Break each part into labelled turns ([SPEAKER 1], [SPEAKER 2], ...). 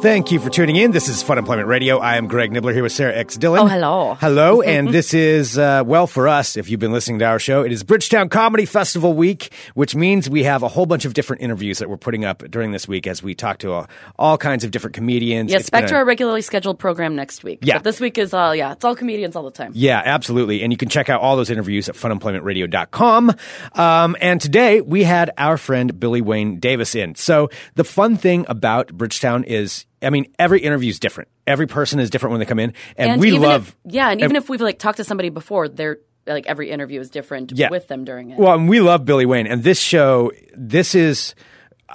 [SPEAKER 1] Thank you for tuning in. This is Fun Employment Radio. I am Greg Nibbler here with Sarah X. Dillon.
[SPEAKER 2] Oh, hello.
[SPEAKER 1] Hello. and this is, uh, well, for us, if you've been listening to our show, it is Bridgetown Comedy Festival week, which means we have a whole bunch of different interviews that we're putting up during this week as we talk to all, all kinds of different comedians.
[SPEAKER 2] Yeah,
[SPEAKER 1] It's
[SPEAKER 2] back
[SPEAKER 1] been
[SPEAKER 2] to
[SPEAKER 1] a-
[SPEAKER 2] our regularly scheduled program next week.
[SPEAKER 1] Yeah.
[SPEAKER 2] But this week is all, yeah, it's all comedians all the time.
[SPEAKER 1] Yeah, absolutely. And you can check out all those interviews at funemploymentradio.com. Um, and today we had our friend Billy Wayne Davis in. So the fun thing about Bridgetown is, I mean, every interview is different. Every person is different when they come in. And, we
[SPEAKER 2] even
[SPEAKER 1] love.
[SPEAKER 2] If, yeah, and even if we've like talked to somebody before, they're like every interview is different
[SPEAKER 1] Yeah.
[SPEAKER 2] with them during it.
[SPEAKER 1] Well, and we love Billy Wayne, and this show, this is.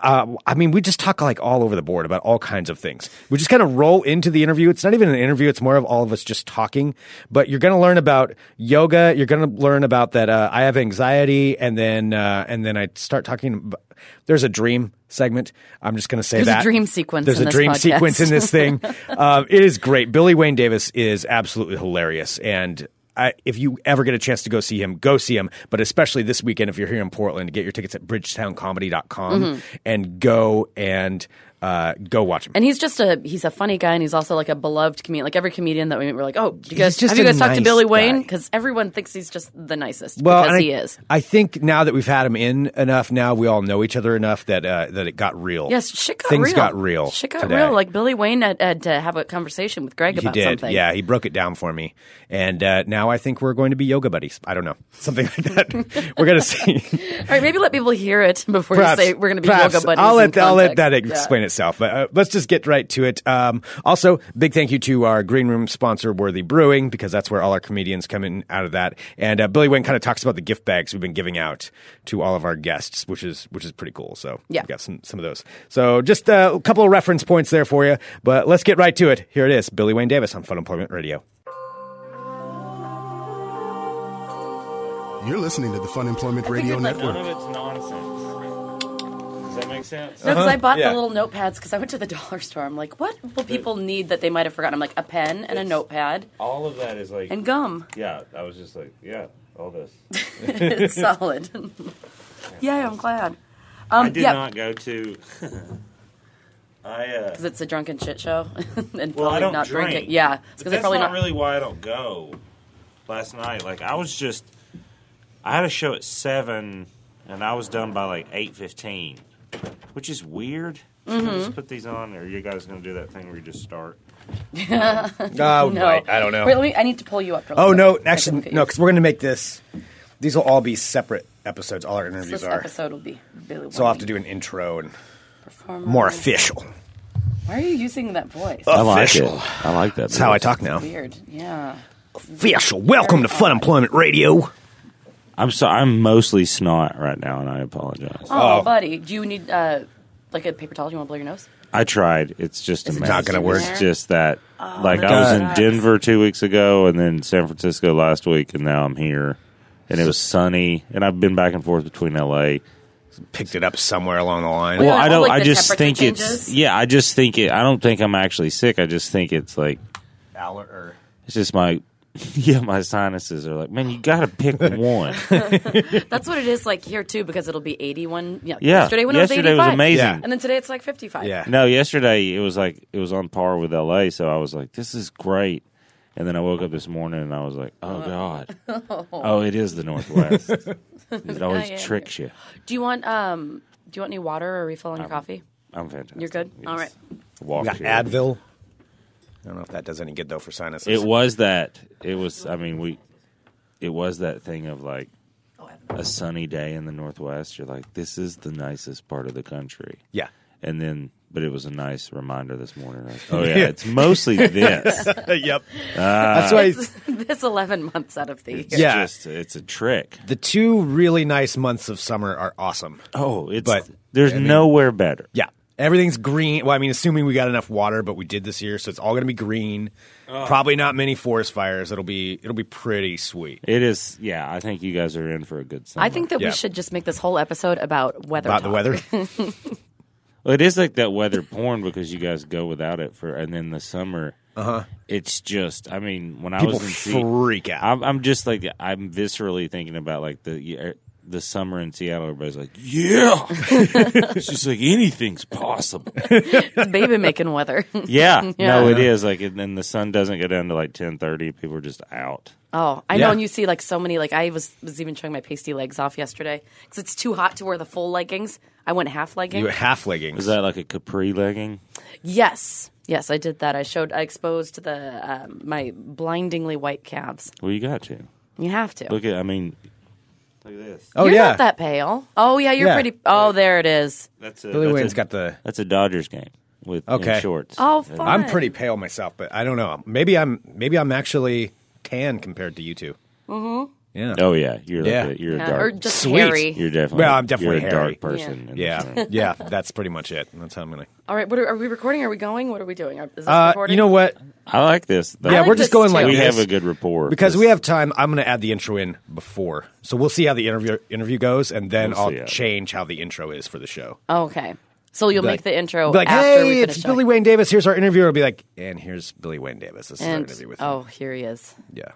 [SPEAKER 1] Uh, I mean, we just talk like all over the board about all kinds of things. We just kind of roll into the interview. It's not even an interview. It's more of all of us just talking. But you're going to learn about yoga. You're going to learn about that. Uh, I have anxiety, and then uh, and then I start talking. About, there's a dream segment. I'm just going to say
[SPEAKER 2] There's a
[SPEAKER 1] that
[SPEAKER 2] dream sequence
[SPEAKER 1] There's
[SPEAKER 2] in
[SPEAKER 1] a
[SPEAKER 2] this
[SPEAKER 1] dream
[SPEAKER 2] podcast.
[SPEAKER 1] sequence in this thing. um, it is great. Billy Wayne Davis is absolutely hilarious, and I, if you ever get a chance to go see him, go see him. But especially this weekend, if you're here in Portland, get your tickets at BridgetownComedy.com and go and uh, go watch him.
[SPEAKER 2] Mm-hmm. and he's just a he's a funny guy, and he's also like a beloved comedian. Like every comedian that we meet, we're like, oh, do you guys,
[SPEAKER 1] just
[SPEAKER 2] have you
[SPEAKER 1] a
[SPEAKER 2] guys talked to
[SPEAKER 1] nice
[SPEAKER 2] Billy
[SPEAKER 1] guy.
[SPEAKER 2] Wayne? Because everyone thinks he's just the nicest
[SPEAKER 1] and
[SPEAKER 2] because
[SPEAKER 1] I,
[SPEAKER 2] he is.
[SPEAKER 1] I think now that we've had him in enough, now we all know each other enough that uh, that it got real.
[SPEAKER 2] Yes, shit got
[SPEAKER 1] things
[SPEAKER 2] real.
[SPEAKER 1] got real.
[SPEAKER 2] Shit got
[SPEAKER 1] today.
[SPEAKER 2] real. Like Billy Wayne had, had to have a conversation with Greg
[SPEAKER 1] he
[SPEAKER 2] about
[SPEAKER 1] did.
[SPEAKER 2] something.
[SPEAKER 1] Yeah, he broke it down for me, and uh, now I think we're going to be yoga buddies. I don't know, something like that. we're gonna see.
[SPEAKER 2] All right, maybe let people hear it before
[SPEAKER 1] Perhaps-
[SPEAKER 2] you say we're going to be
[SPEAKER 1] perhaps.
[SPEAKER 2] yoga buddies.
[SPEAKER 1] I'll
[SPEAKER 2] in
[SPEAKER 1] let, I'll let that
[SPEAKER 2] context. Yeah.
[SPEAKER 1] explain itself. But uh, let's just get right to it. Um, also, big thank you to our green room sponsor, Worthy Brewing, because that's where all our comedians come in out of that. And uh, Billy Wayne kind of talks about the gift bags we've been giving out to all of our guests, which is which is pretty cool. So
[SPEAKER 2] Yeah.
[SPEAKER 1] we've got some some of those. So just uh, a couple of reference points there for you. But let's get right to it. Here it is, Billy Wayne Davis on Fun Employment Radio.
[SPEAKER 3] You're listening to the Fun Employment Radio
[SPEAKER 4] None
[SPEAKER 3] Network.
[SPEAKER 4] of it's nonsense. Does that make sense?
[SPEAKER 2] No, because I bought
[SPEAKER 1] Yeah.
[SPEAKER 2] the little notepads because I went to the dollar store. I'm like, what will people need that they might have forgotten? I'm like, a pen and a
[SPEAKER 4] Yes.
[SPEAKER 2] notepad
[SPEAKER 4] All of that is like,
[SPEAKER 2] and gum.
[SPEAKER 4] yeah. I was just like, yeah, all this.
[SPEAKER 2] It's solid. Yay, I'm glad. Um,
[SPEAKER 4] I did
[SPEAKER 2] yeah,
[SPEAKER 4] not go to. I uh,
[SPEAKER 2] 'cause it's a drunken shit show, and
[SPEAKER 4] well,
[SPEAKER 2] probably
[SPEAKER 4] I don't
[SPEAKER 2] not
[SPEAKER 4] drink.
[SPEAKER 2] drinking. Yeah,
[SPEAKER 4] But
[SPEAKER 2] because
[SPEAKER 4] that's
[SPEAKER 2] they're probably
[SPEAKER 4] not really why I don't go. Last night, like I was just, I had a show at seven, and I was done by like eight fifteen, which is weird. Should I
[SPEAKER 2] Mm-hmm.
[SPEAKER 4] just put these on, or are you guys gonna do that thing where you just start?
[SPEAKER 1] Oh,
[SPEAKER 2] No,
[SPEAKER 1] right. I don't know.
[SPEAKER 2] Wait, let me. I need to pull you up. real
[SPEAKER 1] Oh
[SPEAKER 2] quick.
[SPEAKER 1] no,
[SPEAKER 2] I can
[SPEAKER 1] actually
[SPEAKER 2] look at
[SPEAKER 1] no,
[SPEAKER 2] you.
[SPEAKER 1] because we're going to make this. These will all be separate episodes. All our
[SPEAKER 2] this
[SPEAKER 1] interviews are.
[SPEAKER 2] episode will be really.
[SPEAKER 1] So I'll have to do an intro and
[SPEAKER 2] perform
[SPEAKER 1] more Oh. official.
[SPEAKER 2] Why are you using that voice?
[SPEAKER 5] I like
[SPEAKER 1] Official.
[SPEAKER 5] it. I like that.
[SPEAKER 1] That's how I talk now.
[SPEAKER 2] Weird. Yeah.
[SPEAKER 1] Official. Welcome to Fun Employment Radio.
[SPEAKER 4] I'm sorry. I'm mostly snot right now, and I apologize.
[SPEAKER 2] Oh, buddy, do you need uh, like a paper towel? Do you want to blow your nose?
[SPEAKER 4] I tried. It's just a
[SPEAKER 2] It's
[SPEAKER 4] mess.
[SPEAKER 1] not gonna work.
[SPEAKER 4] It's just that. like I
[SPEAKER 2] that
[SPEAKER 4] was in
[SPEAKER 2] Oh, sucks.
[SPEAKER 4] Denver two weeks ago, and then San Francisco last week, and now I'm here, and it was sunny, and I've been back and forth between L.A.
[SPEAKER 1] Picked it up somewhere along the line.
[SPEAKER 4] Well,
[SPEAKER 2] Yeah,
[SPEAKER 4] I
[SPEAKER 2] all,
[SPEAKER 4] don't.
[SPEAKER 2] like,
[SPEAKER 4] I
[SPEAKER 2] the
[SPEAKER 4] just think
[SPEAKER 2] temperature
[SPEAKER 4] it's.
[SPEAKER 2] changes.
[SPEAKER 4] Yeah, I just think it. I don't think I'm actually sick. I just think it's like it's just my. Yeah, my sinuses are like, man, you got to pick one.
[SPEAKER 2] That's what it is like here too, because it'll be eighty-one. Yeah,
[SPEAKER 4] Yeah,
[SPEAKER 2] yesterday when
[SPEAKER 4] yesterday
[SPEAKER 2] it was
[SPEAKER 4] was,
[SPEAKER 2] eighty-five,
[SPEAKER 4] amazing.
[SPEAKER 2] and then today it's like fifty-five.
[SPEAKER 1] yeah.
[SPEAKER 4] No, yesterday it was like it was on par with LA, so I was like, this is great. And then I woke up this morning and I was like, oh
[SPEAKER 2] Uh-huh.
[SPEAKER 4] god, oh it is the Northwest. It always
[SPEAKER 2] yeah,
[SPEAKER 4] tricks you.
[SPEAKER 2] Do you want um? Do you want any water or a refill
[SPEAKER 1] Um,
[SPEAKER 2] on your coffee?
[SPEAKER 4] I'm fantastic.
[SPEAKER 2] You're good?
[SPEAKER 4] Yes.
[SPEAKER 2] All right.
[SPEAKER 4] Walk
[SPEAKER 1] We got
[SPEAKER 4] here.
[SPEAKER 1] Advil. I don't know if that does any good though for sinuses.
[SPEAKER 4] It was that. It was. I mean, we. It was that thing of like
[SPEAKER 2] Oh,
[SPEAKER 4] a sunny day in the Northwest. You're like, this is the nicest part of the country.
[SPEAKER 1] Yeah.
[SPEAKER 4] And then, but it was a nice reminder this morning. Like, oh yeah, it's mostly this.
[SPEAKER 1] yep.
[SPEAKER 5] Ah.
[SPEAKER 1] That's why it's-
[SPEAKER 2] this eleven months out of the year.
[SPEAKER 4] It's
[SPEAKER 1] Yeah.
[SPEAKER 4] just it's a trick.
[SPEAKER 1] the two really nice months of summer are awesome.
[SPEAKER 4] Oh, it's
[SPEAKER 1] But-
[SPEAKER 4] there's nowhere better.
[SPEAKER 1] Yeah. Everything's green. Well, I mean, assuming we got enough water, but we did this year, so it's all going to be green. Probably not many forest fires. It'll be it'll be pretty sweet.
[SPEAKER 4] It is. Yeah, I think you guys are in for a good summer.
[SPEAKER 2] I think that
[SPEAKER 1] Yeah.
[SPEAKER 2] we should just make this whole episode about weather.
[SPEAKER 1] About the
[SPEAKER 2] talk.
[SPEAKER 1] weather.
[SPEAKER 4] Well, it is like that weather porn because you guys go without it for, and then the summer. Uh huh. It's just. I mean, when I
[SPEAKER 1] Uh-huh. People
[SPEAKER 4] was in Sea-
[SPEAKER 1] freak out.
[SPEAKER 4] I'm, I'm just like I'm viscerally thinking about like the er, the summer in Seattle, everybody's like, yeah. it's just like anything's possible.
[SPEAKER 2] It's baby making weather.
[SPEAKER 4] Yeah.
[SPEAKER 2] Yeah.
[SPEAKER 4] No, it is. Like, and then the sun doesn't go down to like 1030. People are just out.
[SPEAKER 2] Oh, I
[SPEAKER 1] Yeah.
[SPEAKER 2] know. And you see like so many. Like I was was even showing my pasty legs off yesterday because it's too hot to wear the full leggings. I went half leggings.
[SPEAKER 1] You half
[SPEAKER 4] Is
[SPEAKER 1] leggings.
[SPEAKER 4] that like a capri legging?
[SPEAKER 2] Yes, yes, I did that. I showed. I exposed the um, my blindingly white calves.
[SPEAKER 4] Well, you got to.
[SPEAKER 2] You have to.
[SPEAKER 4] Look at, I mean, look at this.
[SPEAKER 1] oh
[SPEAKER 2] you're
[SPEAKER 1] yeah,
[SPEAKER 2] not that pale. Oh yeah, you're
[SPEAKER 1] Yeah.
[SPEAKER 2] pretty. Oh, there it is.
[SPEAKER 4] That's a,
[SPEAKER 1] Billy
[SPEAKER 4] that's
[SPEAKER 1] Wayne's
[SPEAKER 4] a-
[SPEAKER 1] got the.
[SPEAKER 4] That's a Dodgers game with in
[SPEAKER 1] Okay.
[SPEAKER 4] shorts.
[SPEAKER 2] Oh, fun.
[SPEAKER 1] I'm pretty pale myself, but I don't know. Maybe I'm maybe I'm actually tan compared to you 2 Mm-hmm. Yeah.
[SPEAKER 4] Oh yeah, you're like
[SPEAKER 1] Yeah.
[SPEAKER 4] a, you're
[SPEAKER 2] Yeah,
[SPEAKER 4] a dark.
[SPEAKER 2] or just
[SPEAKER 1] Sweet.
[SPEAKER 2] hairy.
[SPEAKER 4] you're definitely.
[SPEAKER 1] Well, I'm definitely
[SPEAKER 4] you're a
[SPEAKER 1] hairy.
[SPEAKER 4] dark person. in this
[SPEAKER 1] Yeah,
[SPEAKER 4] room.
[SPEAKER 1] yeah, that's pretty much it. That's how I'm gonna.
[SPEAKER 2] All right, what are, are we recording? Are we going? What are we doing? Are- Is this
[SPEAKER 1] Uh,
[SPEAKER 2] recording?
[SPEAKER 1] you know what?
[SPEAKER 4] I like this. Though.
[SPEAKER 1] Yeah,
[SPEAKER 2] like
[SPEAKER 1] we're just
[SPEAKER 2] this
[SPEAKER 1] going
[SPEAKER 2] too.
[SPEAKER 1] like
[SPEAKER 4] we
[SPEAKER 1] this.
[SPEAKER 4] have a good rapport
[SPEAKER 1] because
[SPEAKER 4] This-
[SPEAKER 1] we have time. I'm gonna add the intro in before, so we'll see how the interview interview goes, and then
[SPEAKER 4] We'll
[SPEAKER 1] I'll
[SPEAKER 4] see how-
[SPEAKER 1] change how the intro is for the show.
[SPEAKER 2] Oh, Okay, so you'll
[SPEAKER 1] Be
[SPEAKER 2] make
[SPEAKER 1] like-
[SPEAKER 2] the intro
[SPEAKER 1] be like,
[SPEAKER 2] Oh, after
[SPEAKER 1] hey,
[SPEAKER 2] we finish.
[SPEAKER 1] it's
[SPEAKER 2] showing.
[SPEAKER 1] Billy Wayne Davis. Here's our interviewer. It'll be like, and here's Billy Wayne Davis. This is our
[SPEAKER 2] and
[SPEAKER 1] interview with
[SPEAKER 2] oh,
[SPEAKER 1] him.
[SPEAKER 2] here he is.
[SPEAKER 1] Yeah.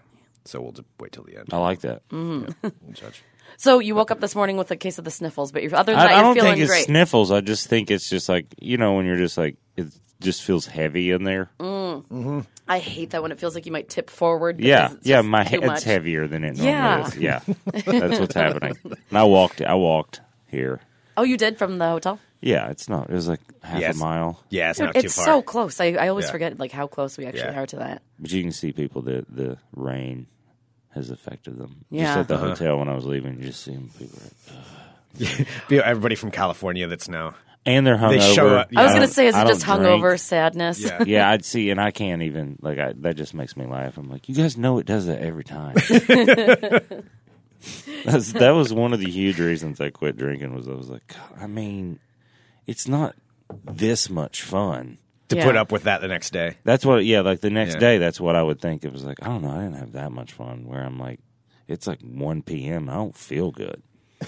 [SPEAKER 1] So we'll just wait till the end.
[SPEAKER 4] I like that.
[SPEAKER 2] Mm-hmm.
[SPEAKER 1] Yeah, we'll judge.
[SPEAKER 2] So you woke up this morning with a case of the sniffles, but you're, other than
[SPEAKER 4] I,
[SPEAKER 2] that,
[SPEAKER 4] I
[SPEAKER 2] you're
[SPEAKER 4] don't
[SPEAKER 2] feeling
[SPEAKER 4] think it's
[SPEAKER 2] great.
[SPEAKER 4] sniffles. I just think it's just like you know when you're just like it just feels heavy in there.
[SPEAKER 2] Mm, I hate that when it feels like you might tip forward. because
[SPEAKER 4] yeah,
[SPEAKER 2] it's
[SPEAKER 4] yeah.
[SPEAKER 2] just
[SPEAKER 4] My
[SPEAKER 2] too
[SPEAKER 4] head's
[SPEAKER 2] much.
[SPEAKER 4] heavier than it
[SPEAKER 2] Yeah.
[SPEAKER 4] normally is. Yeah, that's what's happening. And I walked. I walked here.
[SPEAKER 2] Oh, you did from the hotel.
[SPEAKER 4] Yeah, it's not. It was like half
[SPEAKER 1] Yes.
[SPEAKER 4] a mile,
[SPEAKER 1] Yeah, it's
[SPEAKER 2] Dude,
[SPEAKER 1] not too
[SPEAKER 2] it's
[SPEAKER 1] far.
[SPEAKER 2] so close. I, I always
[SPEAKER 1] Yeah.
[SPEAKER 2] forget like how close we actually
[SPEAKER 1] Yeah.
[SPEAKER 2] are to that.
[SPEAKER 4] but you can see people that the rain has affected them. Just
[SPEAKER 2] Yeah.
[SPEAKER 4] at the
[SPEAKER 1] Uh-huh.
[SPEAKER 4] hotel when I was leaving, you just seeing people. Like,
[SPEAKER 1] Be- Everybody from California that's now.
[SPEAKER 4] and they're hungover.
[SPEAKER 1] show up- I
[SPEAKER 2] I was
[SPEAKER 1] don't-
[SPEAKER 2] gonna say, is
[SPEAKER 4] I
[SPEAKER 2] it just
[SPEAKER 4] don't
[SPEAKER 2] hungover
[SPEAKER 4] drink.
[SPEAKER 2] sadness?
[SPEAKER 1] Yeah.
[SPEAKER 4] yeah, I'd see, and I can't even like I, that. Just makes me laugh. I'm like, you guys know it does that every time. That's, that was one of the huge reasons I quit drinking. Was I was like, God, I mean, it's not this much fun.
[SPEAKER 1] To put up with that the next day.
[SPEAKER 4] That's what. Yeah, like the next
[SPEAKER 1] Yeah.
[SPEAKER 4] day, that's what I would think. It was like, I don't know, I didn't have that much fun. Where I'm like, it's like 1 p.m. I don't feel good.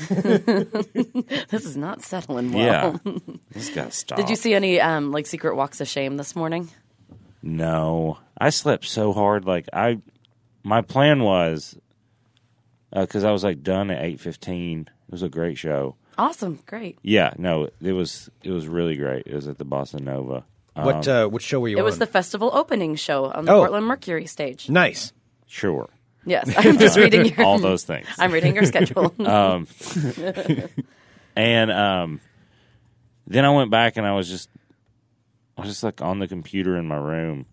[SPEAKER 2] This is not settling well.
[SPEAKER 4] Yeah, this got stop.
[SPEAKER 2] Did you see any um, like secret walks of shame this morning?
[SPEAKER 4] No, I slept so hard. Like I, my plan was, because I was like done at eight fifteen. It was a great show.
[SPEAKER 2] Awesome, great.
[SPEAKER 4] Yeah, no, it was it was really great. It was at the Bossa Nova. Uh,
[SPEAKER 1] What uh, what show were you
[SPEAKER 2] It
[SPEAKER 1] on?
[SPEAKER 2] was the festival opening show on the
[SPEAKER 1] Oh.
[SPEAKER 2] Portland Mercury stage.
[SPEAKER 1] nice.
[SPEAKER 4] sure,
[SPEAKER 2] Yes, I'm just reading your.
[SPEAKER 4] all those things.
[SPEAKER 2] I'm reading your schedule.
[SPEAKER 1] Uh,
[SPEAKER 4] and um, then I went back and I was just, I was just like on the computer in my room,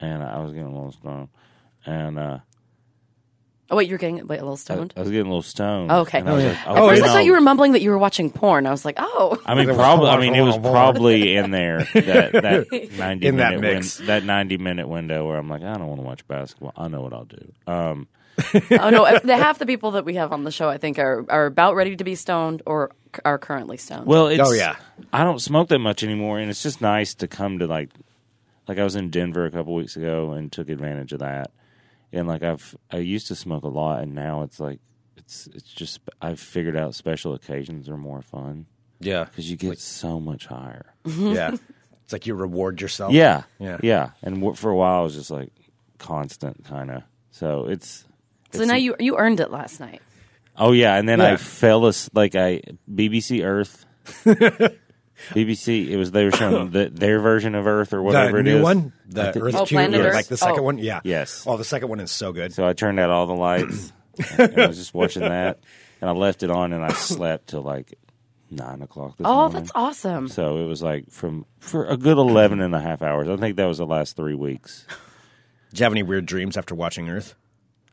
[SPEAKER 4] and I was getting a little stoned, and uh,
[SPEAKER 2] oh wait, you're getting wait, a little
[SPEAKER 4] I,
[SPEAKER 1] Uh,
[SPEAKER 2] stoned.
[SPEAKER 4] I was getting a little stoned.
[SPEAKER 2] Oh, okay.
[SPEAKER 4] And I was like,
[SPEAKER 2] At first,
[SPEAKER 4] you
[SPEAKER 2] I
[SPEAKER 4] know-
[SPEAKER 2] thought you were mumbling that you were watching porn. I was like, oh,
[SPEAKER 4] I mean,
[SPEAKER 1] There was
[SPEAKER 4] probably.
[SPEAKER 1] a lot
[SPEAKER 4] I mean, it was
[SPEAKER 1] going on.
[SPEAKER 4] probably in there that, that ninety
[SPEAKER 1] In that
[SPEAKER 4] minute
[SPEAKER 1] mix.
[SPEAKER 4] Win- that ninety minute window where I'm like, I don't want to watch basketball. I know what I'll do. Um,
[SPEAKER 2] oh no. The, half the people that we have on the show, I think, are are about ready to be stoned or c- are currently stoned.
[SPEAKER 4] well, it's,
[SPEAKER 1] Oh, yeah.
[SPEAKER 4] I don't smoke that much anymore, and it's just nice to come to like, like I was in Denver a couple weeks ago and took advantage of that, and like I've I used to smoke a lot, and now it's like it's it's just I've figured out special occasions are more fun
[SPEAKER 1] Yeah.
[SPEAKER 4] because you get so much higher.
[SPEAKER 2] Mhm.
[SPEAKER 1] yeah. It's like you reward yourself.
[SPEAKER 4] Yeah,
[SPEAKER 1] Yeah.
[SPEAKER 4] yeah. And w- for a while, it was just like constant kind of. So it's
[SPEAKER 2] so now you you earned it last night.
[SPEAKER 4] oh yeah, and then
[SPEAKER 1] Yeah.
[SPEAKER 4] I fell as like I BBC Earth, BBC. It was they were showing the, their version of Earth or whatever
[SPEAKER 1] The
[SPEAKER 4] it
[SPEAKER 1] new
[SPEAKER 4] is.
[SPEAKER 1] one, the Earth
[SPEAKER 2] Oh,
[SPEAKER 1] Cube,
[SPEAKER 2] Planet
[SPEAKER 1] yeah,
[SPEAKER 2] Earth?
[SPEAKER 1] like the second
[SPEAKER 2] Oh.
[SPEAKER 1] one. Yeah.
[SPEAKER 4] Yes.
[SPEAKER 1] Oh, the second one is so good.
[SPEAKER 4] So I turned out all the lights. and I was just watching that, and I left it on, and I slept till like nine o'clock this
[SPEAKER 2] Oh,
[SPEAKER 4] morning.
[SPEAKER 2] that's awesome.
[SPEAKER 4] So it was like from for a good 11 and a half hours. I think that was the last three weeks.
[SPEAKER 1] Did you have any weird dreams after watching Earth?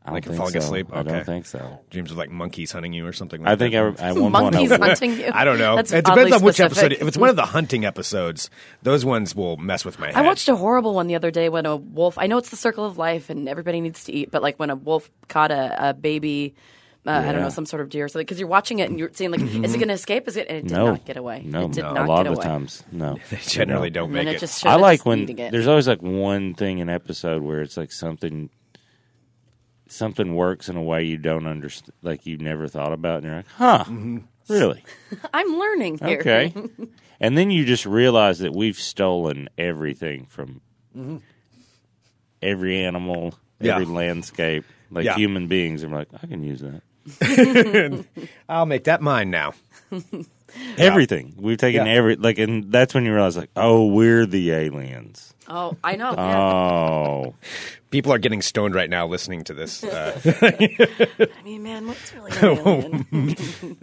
[SPEAKER 4] I don't
[SPEAKER 1] Like
[SPEAKER 4] think
[SPEAKER 1] falling
[SPEAKER 4] so.
[SPEAKER 1] asleep?
[SPEAKER 4] I
[SPEAKER 1] Okay.
[SPEAKER 4] don't think so.
[SPEAKER 1] Dreams of like monkeys hunting you or something. Like
[SPEAKER 4] I think
[SPEAKER 1] that?
[SPEAKER 4] I, at one
[SPEAKER 2] Monkeys
[SPEAKER 4] point I,
[SPEAKER 2] hunting you.
[SPEAKER 1] I don't know.
[SPEAKER 2] That's
[SPEAKER 1] it
[SPEAKER 2] oddly
[SPEAKER 1] depends on which
[SPEAKER 2] specific.
[SPEAKER 1] episode. If it's one of the hunting episodes, those ones will mess with my head.
[SPEAKER 2] I watched a horrible one the other day when a wolf. I know it's the circle of life and everybody needs to eat, but like when a wolf caught a, a baby, uh, I don't
[SPEAKER 4] Yeah. Mm-hmm.
[SPEAKER 2] know, some sort of deer or something. Because you're watching it and you're seeing like, is it going to escape? Is it? And it did
[SPEAKER 4] no,
[SPEAKER 2] not get away.
[SPEAKER 4] No,
[SPEAKER 2] it did
[SPEAKER 4] no.
[SPEAKER 2] not
[SPEAKER 4] a lot
[SPEAKER 2] get
[SPEAKER 4] of the
[SPEAKER 2] away.
[SPEAKER 4] times, no.
[SPEAKER 1] generally don't
[SPEAKER 2] And then
[SPEAKER 1] make
[SPEAKER 2] it
[SPEAKER 1] it.
[SPEAKER 2] just showed
[SPEAKER 4] I
[SPEAKER 2] it
[SPEAKER 4] like
[SPEAKER 2] just
[SPEAKER 4] when
[SPEAKER 2] eating it.
[SPEAKER 4] there's always like one thing in episode where it's like something, something works in a way you don't understand, like you never thought about, and you're like, huh,
[SPEAKER 1] Mm-hmm.
[SPEAKER 4] really,
[SPEAKER 2] I'm learning here.
[SPEAKER 4] okay. and then you just realize that we've stolen everything from every animal,
[SPEAKER 1] Yeah.
[SPEAKER 4] every landscape, like
[SPEAKER 1] Mm-hmm. Yeah.
[SPEAKER 4] human beings, and we're like, I can use that.
[SPEAKER 1] I'll make that mine now.
[SPEAKER 4] Everything we've taken
[SPEAKER 1] Yeah.
[SPEAKER 4] every like, and that's when you realize like, oh, we're the aliens.
[SPEAKER 2] Oh, I know. yeah.
[SPEAKER 4] Oh,
[SPEAKER 1] People are getting stoned right now listening to this. Uh,
[SPEAKER 2] I mean, man, what's really an alien?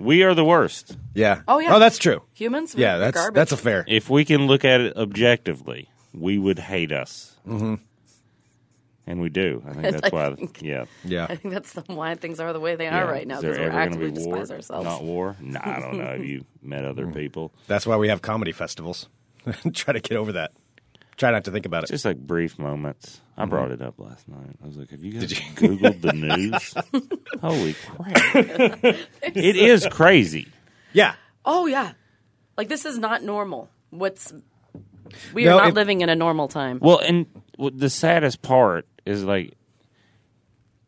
[SPEAKER 4] we are the worst.
[SPEAKER 1] yeah.
[SPEAKER 2] Oh, yeah.
[SPEAKER 1] Oh, that's true.
[SPEAKER 2] Humans? We're
[SPEAKER 1] Yeah, that's
[SPEAKER 2] garbage.
[SPEAKER 1] that's a fair.
[SPEAKER 4] If we can look at it objectively, we would hate us. Mm-hmm. And we do. I think that's
[SPEAKER 2] I
[SPEAKER 4] why.
[SPEAKER 2] think-
[SPEAKER 4] yeah.
[SPEAKER 2] I
[SPEAKER 1] Yeah.
[SPEAKER 2] think that's the, why things are the way they
[SPEAKER 4] Yeah.
[SPEAKER 2] are right now
[SPEAKER 4] Is there
[SPEAKER 2] because we're
[SPEAKER 4] ever gonna
[SPEAKER 2] actively
[SPEAKER 4] be war?
[SPEAKER 2] despise ourselves.
[SPEAKER 4] Not war. No, I don't know. Have you met other people?
[SPEAKER 1] That's why we have comedy festivals. Try to get over that. Try not to think about it.
[SPEAKER 4] Just like brief moments. I brought it up last night. I was like, "Have Mm-hmm. you guys googled the news? Holy crap! it is crazy."
[SPEAKER 1] yeah.
[SPEAKER 2] Oh yeah, like this is not normal. What's we
[SPEAKER 1] No,
[SPEAKER 2] are not
[SPEAKER 1] it-
[SPEAKER 2] living in a normal time.
[SPEAKER 4] Well, and well, the saddest part is like,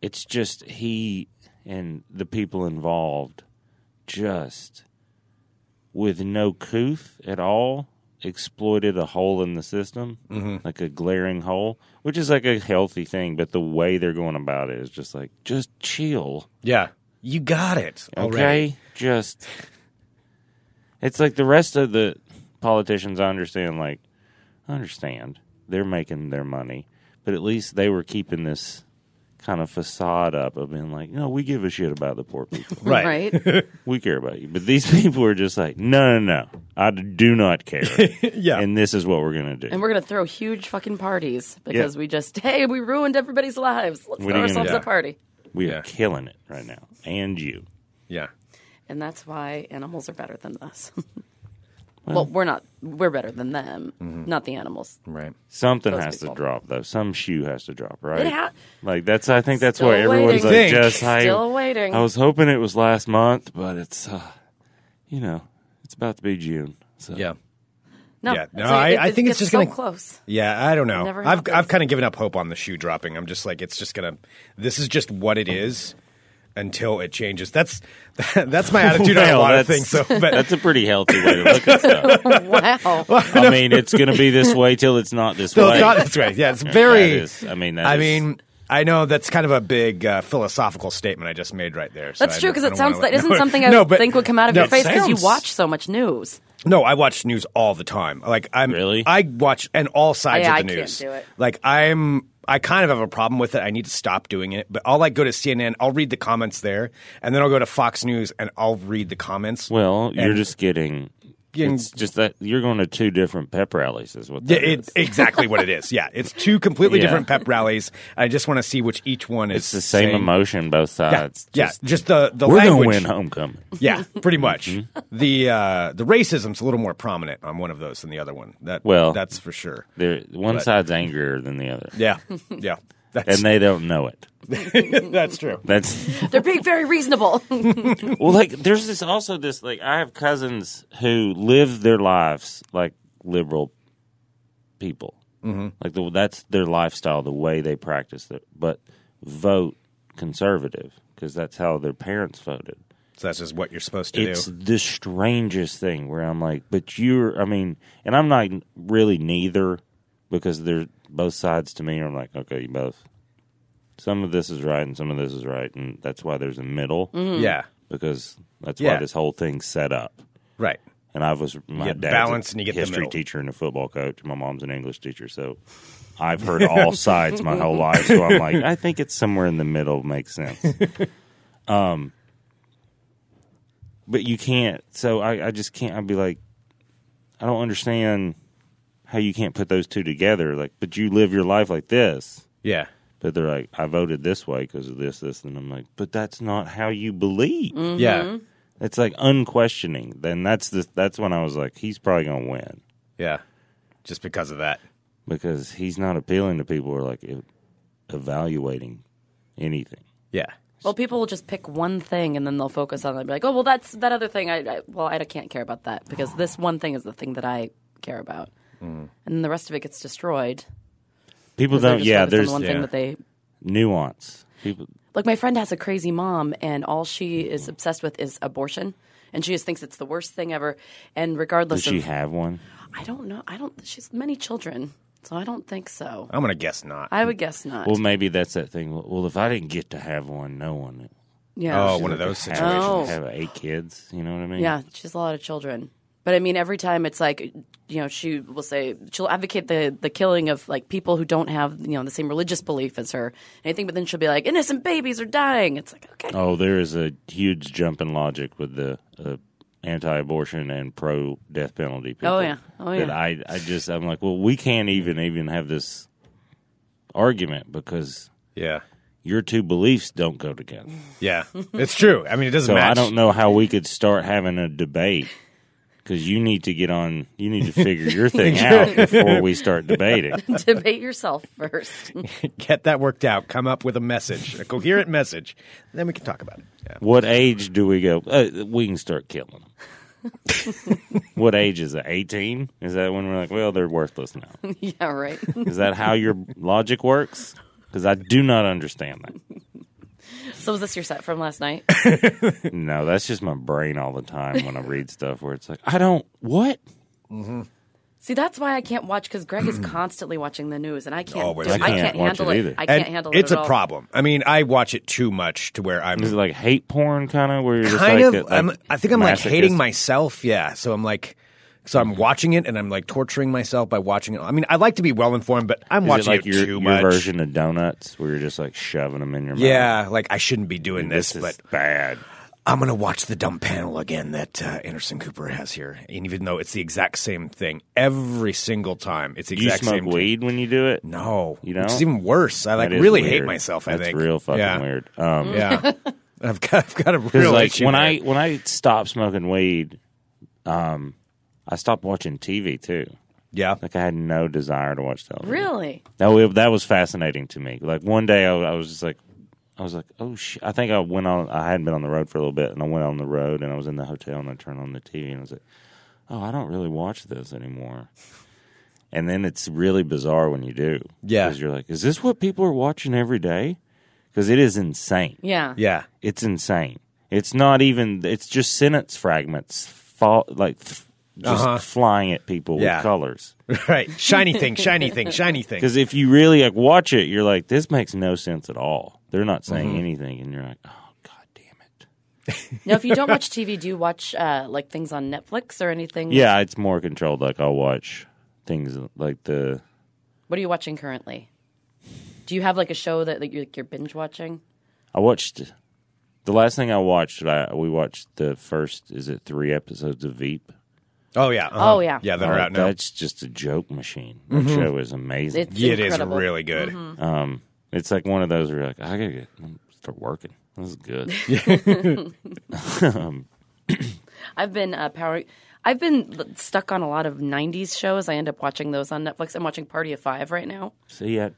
[SPEAKER 4] it's just he and the people involved, just with no couth at all, exploited a hole in the system, like a glaring hole, which is like a healthy thing. But the way they're going about it is just like, just chill,
[SPEAKER 1] Yeah. You got it.
[SPEAKER 4] okay?
[SPEAKER 1] already.
[SPEAKER 4] Just. It's like the rest of the politicians. I understand, like, I understand they're making their money, but at least they were keeping this kind of facade up of being like, no, we give a shit about the poor people.
[SPEAKER 1] Right.
[SPEAKER 4] we care about you. But these people are just like, no, no, no, I do not care.
[SPEAKER 1] Yeah.
[SPEAKER 4] and this is what we're gonna do.
[SPEAKER 2] and we're gonna throw huge fucking parties because we just hey we ruined everybody's lives. Let's
[SPEAKER 4] What
[SPEAKER 2] throw
[SPEAKER 4] are you gonna
[SPEAKER 2] ourselves
[SPEAKER 4] do?
[SPEAKER 2] a party.
[SPEAKER 4] we
[SPEAKER 1] Yeah.
[SPEAKER 4] are killing it right now, and you.
[SPEAKER 1] yeah.
[SPEAKER 2] And that's why animals are better than us. well, we're not. We're better than them,
[SPEAKER 1] Mm-hmm.
[SPEAKER 2] not the animals.
[SPEAKER 1] Right.
[SPEAKER 4] Something
[SPEAKER 2] Those
[SPEAKER 4] has
[SPEAKER 2] people.
[SPEAKER 4] to drop though. Some shoe has to drop, right?
[SPEAKER 2] It ha-
[SPEAKER 4] like that's I think that's
[SPEAKER 2] Still
[SPEAKER 4] why
[SPEAKER 2] waiting.
[SPEAKER 4] everyone's like
[SPEAKER 1] Think.
[SPEAKER 4] just I,
[SPEAKER 2] Still waiting.
[SPEAKER 4] I was hoping it was last month, but it's uh you know, it's about to be June. So
[SPEAKER 1] Yeah.
[SPEAKER 2] No,
[SPEAKER 1] Yeah. No,
[SPEAKER 2] it's like-
[SPEAKER 1] I-
[SPEAKER 2] it-
[SPEAKER 1] I
[SPEAKER 2] it
[SPEAKER 1] think it's
[SPEAKER 2] gets
[SPEAKER 1] just
[SPEAKER 2] so
[SPEAKER 1] gonna-
[SPEAKER 2] close.
[SPEAKER 1] Yeah, I don't know.
[SPEAKER 2] never
[SPEAKER 1] I've
[SPEAKER 2] happens.
[SPEAKER 1] I've kind of given up hope on the shoe dropping. I'm just like it's just going to this is just what it is until it changes. That's that's my attitude on a
[SPEAKER 4] Well,
[SPEAKER 1] lot of
[SPEAKER 4] that's-
[SPEAKER 1] things. So but
[SPEAKER 4] That's a pretty healthy way to look at stuff.
[SPEAKER 2] wow.
[SPEAKER 4] I mean, it's going to be this way till it's not this
[SPEAKER 1] so
[SPEAKER 4] way.
[SPEAKER 1] it's not this way. Yeah, it's
[SPEAKER 4] That
[SPEAKER 1] very
[SPEAKER 4] is- I mean, that
[SPEAKER 1] I
[SPEAKER 4] is-
[SPEAKER 1] mean, I know that's kind of a big uh, philosophical statement I just made right there. so
[SPEAKER 2] That's
[SPEAKER 1] I
[SPEAKER 2] true
[SPEAKER 1] don't-
[SPEAKER 2] because
[SPEAKER 1] I
[SPEAKER 2] it
[SPEAKER 1] don't
[SPEAKER 2] sounds
[SPEAKER 1] wanna
[SPEAKER 2] that
[SPEAKER 1] let-
[SPEAKER 2] isn't
[SPEAKER 1] No,
[SPEAKER 2] something I would
[SPEAKER 1] no, but-
[SPEAKER 2] think would come out of
[SPEAKER 1] no,
[SPEAKER 2] your face because you
[SPEAKER 1] sounds-
[SPEAKER 2] watch so much news.
[SPEAKER 1] No, I watch news all the time. Like I'm
[SPEAKER 4] Really?
[SPEAKER 1] I watch and all sides
[SPEAKER 2] Yeah,
[SPEAKER 1] of the
[SPEAKER 2] I can't
[SPEAKER 1] news.
[SPEAKER 2] do it.
[SPEAKER 1] Like I'm I kind of have a problem with it. I need to stop doing it. But I'll like go to CNN, I'll read the comments there, and then I'll go to Fox News and I'll read the comments.
[SPEAKER 4] well, you're
[SPEAKER 1] And-
[SPEAKER 4] just getting.
[SPEAKER 1] Getting-
[SPEAKER 4] It's just that you're going to two different pep rallies, is what.
[SPEAKER 1] yeah,
[SPEAKER 4] that
[SPEAKER 1] it,
[SPEAKER 4] is.
[SPEAKER 1] exactly what it is. Yeah, it's two completely
[SPEAKER 4] Yeah.
[SPEAKER 1] different pep rallies. I just want to see which each one is.
[SPEAKER 4] It's the same
[SPEAKER 1] saying.
[SPEAKER 4] emotion both
[SPEAKER 1] Yeah,
[SPEAKER 4] sides.
[SPEAKER 1] yeah,
[SPEAKER 4] Uh, Just,
[SPEAKER 1] just, the the
[SPEAKER 4] we're
[SPEAKER 1] language.
[SPEAKER 4] going to win Mm-hmm. homecoming.
[SPEAKER 1] Yeah, pretty much. The uh, the racism's a little more prominent on one of those than the other one. That
[SPEAKER 4] Well-
[SPEAKER 1] that's for sure.
[SPEAKER 4] They're, one
[SPEAKER 1] But-
[SPEAKER 4] side's angrier than the other,
[SPEAKER 1] Yeah, yeah.
[SPEAKER 4] and
[SPEAKER 1] That's
[SPEAKER 4] they don't know it.
[SPEAKER 1] that's true.
[SPEAKER 4] That's
[SPEAKER 2] They're being very reasonable.
[SPEAKER 4] well, like there's this also this like I have cousins who live their lives like liberal people, mm-hmm. like the, that's their lifestyle, the way they practice it, but vote conservative because that's how their parents voted.
[SPEAKER 1] So that's just what you're supposed to
[SPEAKER 4] It's
[SPEAKER 1] do.
[SPEAKER 4] the strangest thing where I'm like, but you're, I mean, and I'm not really neither because they're both sides to me. I'm like, okay, you both. Some of this is right and some of this is right, and that's why there's a middle
[SPEAKER 1] Yeah,
[SPEAKER 4] because that's
[SPEAKER 1] Mm-hmm. Yeah.
[SPEAKER 4] why this whole thing's set up.
[SPEAKER 1] right.
[SPEAKER 4] And I was my
[SPEAKER 1] get
[SPEAKER 4] dad's
[SPEAKER 1] balance
[SPEAKER 4] a
[SPEAKER 1] and you get the
[SPEAKER 4] history
[SPEAKER 1] middle.
[SPEAKER 4] teacher and a football coach. My mom's an English teacher, so I've heard all sides my whole life. So I'm like, I think it's somewhere in the middle makes sense. Um, but you can't. So I, I just can't. I'd be like, I don't understand how you can't put those two together. Like, but you live your life like this.
[SPEAKER 1] Yeah,
[SPEAKER 4] But they're like, I voted this way because of this, this, and I'm like, but that's not how you believe.
[SPEAKER 1] yeah,
[SPEAKER 4] It's like unquestioning. Then that's the that's when I was like, he's probably gonna win
[SPEAKER 1] yeah. Just because of that.
[SPEAKER 4] because he's not appealing to people who are like e- evaluating anything.
[SPEAKER 1] Yeah,
[SPEAKER 2] Well, people will just pick one thing and then they'll focus on that. And be like, oh, well, that's that other thing. I, I well, I can't care about that because this one thing is the thing that I care about,
[SPEAKER 4] Mm.
[SPEAKER 2] and then the rest of it gets destroyed.
[SPEAKER 4] People
[SPEAKER 2] 'cause they're
[SPEAKER 4] don't.
[SPEAKER 2] just
[SPEAKER 4] Yeah,
[SPEAKER 2] focused on
[SPEAKER 4] there's
[SPEAKER 2] the one
[SPEAKER 1] yeah.
[SPEAKER 2] thing that they
[SPEAKER 4] nuance. People,
[SPEAKER 2] like. My friend has a crazy mom, and all she
[SPEAKER 4] Mm-hmm.
[SPEAKER 2] is obsessed with is abortion, and she just thinks it's the worst thing ever. And regardless
[SPEAKER 4] does she
[SPEAKER 2] of,
[SPEAKER 4] have one?
[SPEAKER 2] I don't know. I don't. She's many children, so I don't think so.
[SPEAKER 4] Uh,
[SPEAKER 1] I'm gonna guess not.
[SPEAKER 2] I would guess not.
[SPEAKER 4] Well, maybe that's that thing. Well, if I didn't get to have one, no one.
[SPEAKER 2] Yeah.
[SPEAKER 1] Oh, one of those situations.
[SPEAKER 2] Oh.
[SPEAKER 4] Have eight kids. You know what I mean?
[SPEAKER 2] Yeah, she's a lot of children. But I mean, every time it's like, you know, she will say she'll advocate the the killing of like people who don't have you know the same religious belief as her and anything. But then she'll be like, innocent babies are dying. It's like, okay,
[SPEAKER 4] Oh, there is a huge jump in logic with the uh, anti-abortion and pro-death penalty people.
[SPEAKER 2] Oh, yeah. Oh,
[SPEAKER 4] That
[SPEAKER 2] yeah.
[SPEAKER 4] I, I just, I'm like, well, we can't even even have this argument because
[SPEAKER 1] Yeah.
[SPEAKER 4] your two beliefs don't go together.
[SPEAKER 1] Yeah. it's true. I mean, it doesn't
[SPEAKER 4] So
[SPEAKER 1] match.
[SPEAKER 4] I don't know how we could start having a debate because you need to get on. You need to figure your thing out before we start debating.
[SPEAKER 2] debate yourself first.
[SPEAKER 1] Get that worked out. Come up with a message, a coherent message. Then we can talk about it. Yeah.
[SPEAKER 4] What age do we go? Uh, we can start killing them. what age is it? Eighteen? Is that when we're like, well, they're worthless now?
[SPEAKER 2] yeah, right.
[SPEAKER 4] Is that how your logic works? Because I do not understand that.
[SPEAKER 2] so was this your set from last night?
[SPEAKER 4] No, that's just my brain all the time when I read stuff where it's like, I don't what.
[SPEAKER 2] See, that's why I can't watch because Greg is constantly watching the news, and I can't.
[SPEAKER 1] Always.
[SPEAKER 2] do-
[SPEAKER 1] I
[SPEAKER 2] I
[SPEAKER 4] can't
[SPEAKER 2] can't
[SPEAKER 4] watch
[SPEAKER 2] handle
[SPEAKER 4] it
[SPEAKER 2] it.
[SPEAKER 4] either.
[SPEAKER 2] I can't
[SPEAKER 1] And
[SPEAKER 2] handle it.
[SPEAKER 1] It's
[SPEAKER 2] at
[SPEAKER 1] a
[SPEAKER 2] all.
[SPEAKER 1] problem. I mean, I watch it too much to where I'm
[SPEAKER 4] Is it like hate porn kind of where you're just
[SPEAKER 1] kind
[SPEAKER 4] like
[SPEAKER 1] of.
[SPEAKER 4] that, like,
[SPEAKER 1] I'm, I think I'm like hating
[SPEAKER 4] masochist?
[SPEAKER 1] myself. Yeah. So I'm like, so I'm watching it and I'm like torturing myself by watching it. I mean, I like to be well informed, but I'm
[SPEAKER 4] Is it
[SPEAKER 1] watching
[SPEAKER 4] like your,
[SPEAKER 1] too
[SPEAKER 4] your
[SPEAKER 1] much.
[SPEAKER 4] version of donuts where you're just like shoving them in your mouth?
[SPEAKER 1] Yeah, like I shouldn't be doing
[SPEAKER 4] this
[SPEAKER 1] this,
[SPEAKER 4] is
[SPEAKER 1] but
[SPEAKER 4] bad.
[SPEAKER 1] I'm going to watch the dumb panel again that uh, Anderson Cooper has here. And even though it's the exact same thing every single time, it's the
[SPEAKER 4] Do you
[SPEAKER 1] exact
[SPEAKER 4] smoke
[SPEAKER 1] same Thing.
[SPEAKER 4] weed when you do it?
[SPEAKER 1] No,
[SPEAKER 4] You
[SPEAKER 1] which
[SPEAKER 4] don't?
[SPEAKER 1] is even worse. I like
[SPEAKER 4] That is
[SPEAKER 1] really
[SPEAKER 4] weird.
[SPEAKER 1] hate myself. I
[SPEAKER 4] That's
[SPEAKER 1] think
[SPEAKER 4] real fucking
[SPEAKER 1] Yeah. Mm.
[SPEAKER 4] weird. Um,
[SPEAKER 1] Yeah, I've got I've got a
[SPEAKER 4] Because
[SPEAKER 1] real
[SPEAKER 4] like
[SPEAKER 1] issue
[SPEAKER 4] when
[SPEAKER 1] there.
[SPEAKER 4] I when I stopped smoking weed, um, I stopped watching TV too.
[SPEAKER 1] yeah
[SPEAKER 4] Like I had no desire to watch television.
[SPEAKER 2] Really?
[SPEAKER 4] That wa- that was fascinating to me. Like one day I, I was just like, I was like, oh shit! I think I went on. I hadn't been on the road for a little bit, and I went on the road, and I was in the hotel, and I turned on the TV, and I was like, oh, I don't really watch this anymore. And then it's really bizarre when you do.
[SPEAKER 1] Yeah.
[SPEAKER 4] because you're like, is this what people are watching every day? Because it is insane.
[SPEAKER 2] Yeah.
[SPEAKER 1] yeah
[SPEAKER 4] It's insane. It's not even. It's just sentence fragments, fall, like th- just
[SPEAKER 1] Uh-huh.
[SPEAKER 4] flying at people
[SPEAKER 1] Yeah.
[SPEAKER 4] with colors.
[SPEAKER 1] right shiny thing shiny thing shiny thing
[SPEAKER 4] Because if you really like watch it, you're like, this makes no sense at all. They're not saying
[SPEAKER 1] Mm-hmm.
[SPEAKER 4] anything, and you're like, oh god damn it.
[SPEAKER 2] Now, if you don't watch TV, do you watch uh, like things on Netflix or anything?
[SPEAKER 4] Yeah, it's more controlled. Like I'll watch things like the
[SPEAKER 2] What are you watching currently? Do you have like a show that like, you're, like, you're binge watching?
[SPEAKER 4] I watched the last thing I watched. I we watched the first is it three episodes of Veep.
[SPEAKER 1] Oh yeah. uh-huh.
[SPEAKER 2] Oh, yeah.
[SPEAKER 1] Yeah, that
[SPEAKER 4] Like,
[SPEAKER 1] are out now. Mm-hmm.
[SPEAKER 4] That's just a joke machine. That show is amazing.
[SPEAKER 2] It's
[SPEAKER 1] Yeah, it is
[SPEAKER 2] incredible. Mm-hmm.
[SPEAKER 1] really good.
[SPEAKER 4] Um, it's like one of those where you're like, I gotta get start working. This is good.
[SPEAKER 2] I've been uh, power. I've been l- stuck on a lot of '90s shows. I end up watching those on Netflix. I'm watching Party of Five right now.
[SPEAKER 4] See, I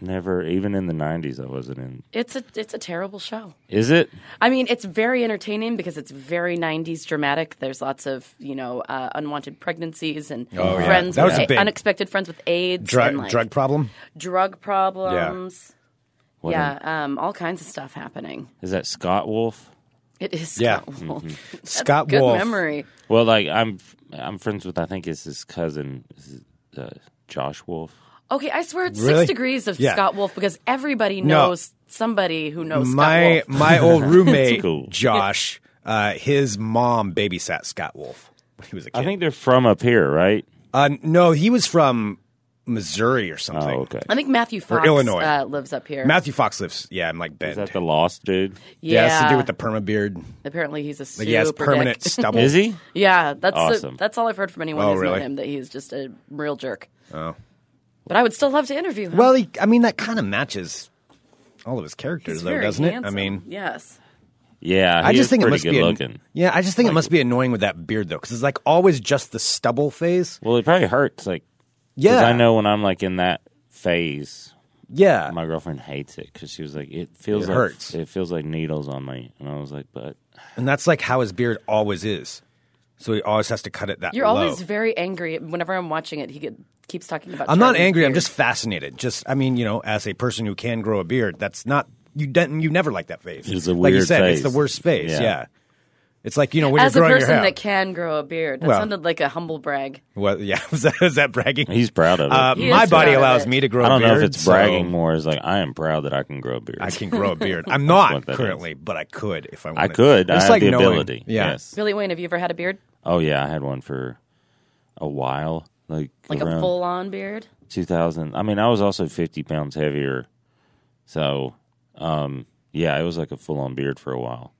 [SPEAKER 4] never even in the '90s I wasn't in.
[SPEAKER 2] It's a it's a terrible show.
[SPEAKER 4] Is it?
[SPEAKER 2] I mean, it's very entertaining because it's very '90s dramatic. There's lots of you know uh, unwanted pregnancies and
[SPEAKER 1] Oh, yeah.
[SPEAKER 2] friends
[SPEAKER 1] That was
[SPEAKER 2] with
[SPEAKER 1] a
[SPEAKER 2] a-
[SPEAKER 1] big-
[SPEAKER 2] unexpected friends with AIDS
[SPEAKER 1] Drug
[SPEAKER 2] and like
[SPEAKER 1] drug problem?
[SPEAKER 2] drug problems.
[SPEAKER 4] What
[SPEAKER 2] Yeah, um, all kinds of stuff happening.
[SPEAKER 4] Is that Scott Wolf?
[SPEAKER 2] It is
[SPEAKER 1] Yeah.
[SPEAKER 2] Scott Wolf.
[SPEAKER 1] Scott
[SPEAKER 2] Good
[SPEAKER 1] Wolf.
[SPEAKER 2] memory.
[SPEAKER 4] Well, like I'm, I'm friends with. I think it's his cousin, is it, uh, Josh Wolf.
[SPEAKER 2] Okay, I swear it's
[SPEAKER 1] Really?
[SPEAKER 2] six degrees of
[SPEAKER 1] Yeah.
[SPEAKER 2] Scott Wolf because everybody
[SPEAKER 1] No.
[SPEAKER 2] knows somebody who knows
[SPEAKER 1] My
[SPEAKER 2] Scott Wolf.
[SPEAKER 1] my old roommate
[SPEAKER 4] Cool.
[SPEAKER 1] Josh, uh, his mom babysat Scott Wolf when he was a kid.
[SPEAKER 4] I think they're from up here, right?
[SPEAKER 1] uh, no, he was from Missouri or something.
[SPEAKER 4] Oh, okay.
[SPEAKER 2] I think Matthew Fox
[SPEAKER 1] Illinois.
[SPEAKER 2] Uh, lives up here.
[SPEAKER 1] Matthew Fox lives yeah, in like
[SPEAKER 4] Is
[SPEAKER 1] Bend.
[SPEAKER 4] that the Lost dude?
[SPEAKER 1] yeah, it has to
[SPEAKER 2] Yeah.
[SPEAKER 1] do with the perma beard.
[SPEAKER 2] Apparently, he's a super
[SPEAKER 1] Like he has permanent
[SPEAKER 2] dick.
[SPEAKER 1] stubble.
[SPEAKER 4] Is he?
[SPEAKER 2] yeah, that's the-
[SPEAKER 4] Awesome.
[SPEAKER 2] that's all I've heard from anyone
[SPEAKER 1] Oh,
[SPEAKER 2] who's
[SPEAKER 1] really?
[SPEAKER 2] known him that he's just a real jerk. Oh, but I would still love to interview him.
[SPEAKER 1] Well, he, I mean that kind of matches all of his characters
[SPEAKER 2] he's
[SPEAKER 1] though,
[SPEAKER 2] very
[SPEAKER 1] doesn't it? I
[SPEAKER 2] handsome.
[SPEAKER 1] mean,
[SPEAKER 2] yes,
[SPEAKER 4] Yeah, he
[SPEAKER 1] I
[SPEAKER 4] is
[SPEAKER 1] just think it
[SPEAKER 4] pretty
[SPEAKER 1] must
[SPEAKER 4] good
[SPEAKER 1] be an-
[SPEAKER 4] looking.
[SPEAKER 1] yeah. I just think it must be annoying with that beard though, because it's like always just the stubble phase.
[SPEAKER 4] Well, it probably hurts. Like, 'cause
[SPEAKER 1] Yeah,
[SPEAKER 4] I know when I'm like in that phase,
[SPEAKER 1] Yeah,
[SPEAKER 4] my girlfriend hates it because she was like, "It feels
[SPEAKER 1] It
[SPEAKER 4] like
[SPEAKER 1] hurts.
[SPEAKER 4] It feels like needles on me," and I was like, "But
[SPEAKER 1] and that's like how his beard always is. So he always has to cut it that.
[SPEAKER 2] you're
[SPEAKER 1] low.
[SPEAKER 2] always very angry. Whenever I'm watching it, he get, keeps talking about.
[SPEAKER 1] I'm not
[SPEAKER 2] Charlie's
[SPEAKER 1] angry. I'm
[SPEAKER 2] beard.
[SPEAKER 1] just fascinated. Just, I mean, you know, as a person who can grow a beard, that's not you. Don't, you never like that phase.
[SPEAKER 4] It's a
[SPEAKER 1] like you
[SPEAKER 4] weird
[SPEAKER 1] said. It's
[SPEAKER 4] phase.
[SPEAKER 1] the worst phase.
[SPEAKER 4] Yeah.
[SPEAKER 1] Yeah. It's like you know when
[SPEAKER 2] As a
[SPEAKER 1] you're growing your
[SPEAKER 2] person
[SPEAKER 1] hair.
[SPEAKER 2] that can grow a beard, that
[SPEAKER 1] Well.
[SPEAKER 2] sounded like a humble brag.
[SPEAKER 1] well, yeah, is that, is that bragging?
[SPEAKER 4] He's proud of it.
[SPEAKER 1] Uh,
[SPEAKER 2] He is
[SPEAKER 1] my body
[SPEAKER 2] proud of
[SPEAKER 1] allows
[SPEAKER 2] it.
[SPEAKER 1] me to grow.
[SPEAKER 4] I don't
[SPEAKER 1] a beard,
[SPEAKER 4] know if it's
[SPEAKER 1] so
[SPEAKER 4] bragging more. It's like I am proud that I can grow a beard.
[SPEAKER 1] I can grow a beard. I'm
[SPEAKER 4] what
[SPEAKER 1] not
[SPEAKER 4] that is.
[SPEAKER 1] currently, but I could if I wanted.
[SPEAKER 4] I could. I
[SPEAKER 1] It's
[SPEAKER 4] have
[SPEAKER 1] like
[SPEAKER 4] the
[SPEAKER 1] knowing-
[SPEAKER 4] ability.
[SPEAKER 1] Yeah.
[SPEAKER 4] Yes.
[SPEAKER 2] Billy Wayne, have you ever had a beard?
[SPEAKER 4] Oh yeah, I had one for a while, like
[SPEAKER 2] Like a
[SPEAKER 4] around
[SPEAKER 2] full on beard?
[SPEAKER 4] 2000. I mean, I was also 50 pounds heavier, so um, yeah, it was like a full on beard for a while,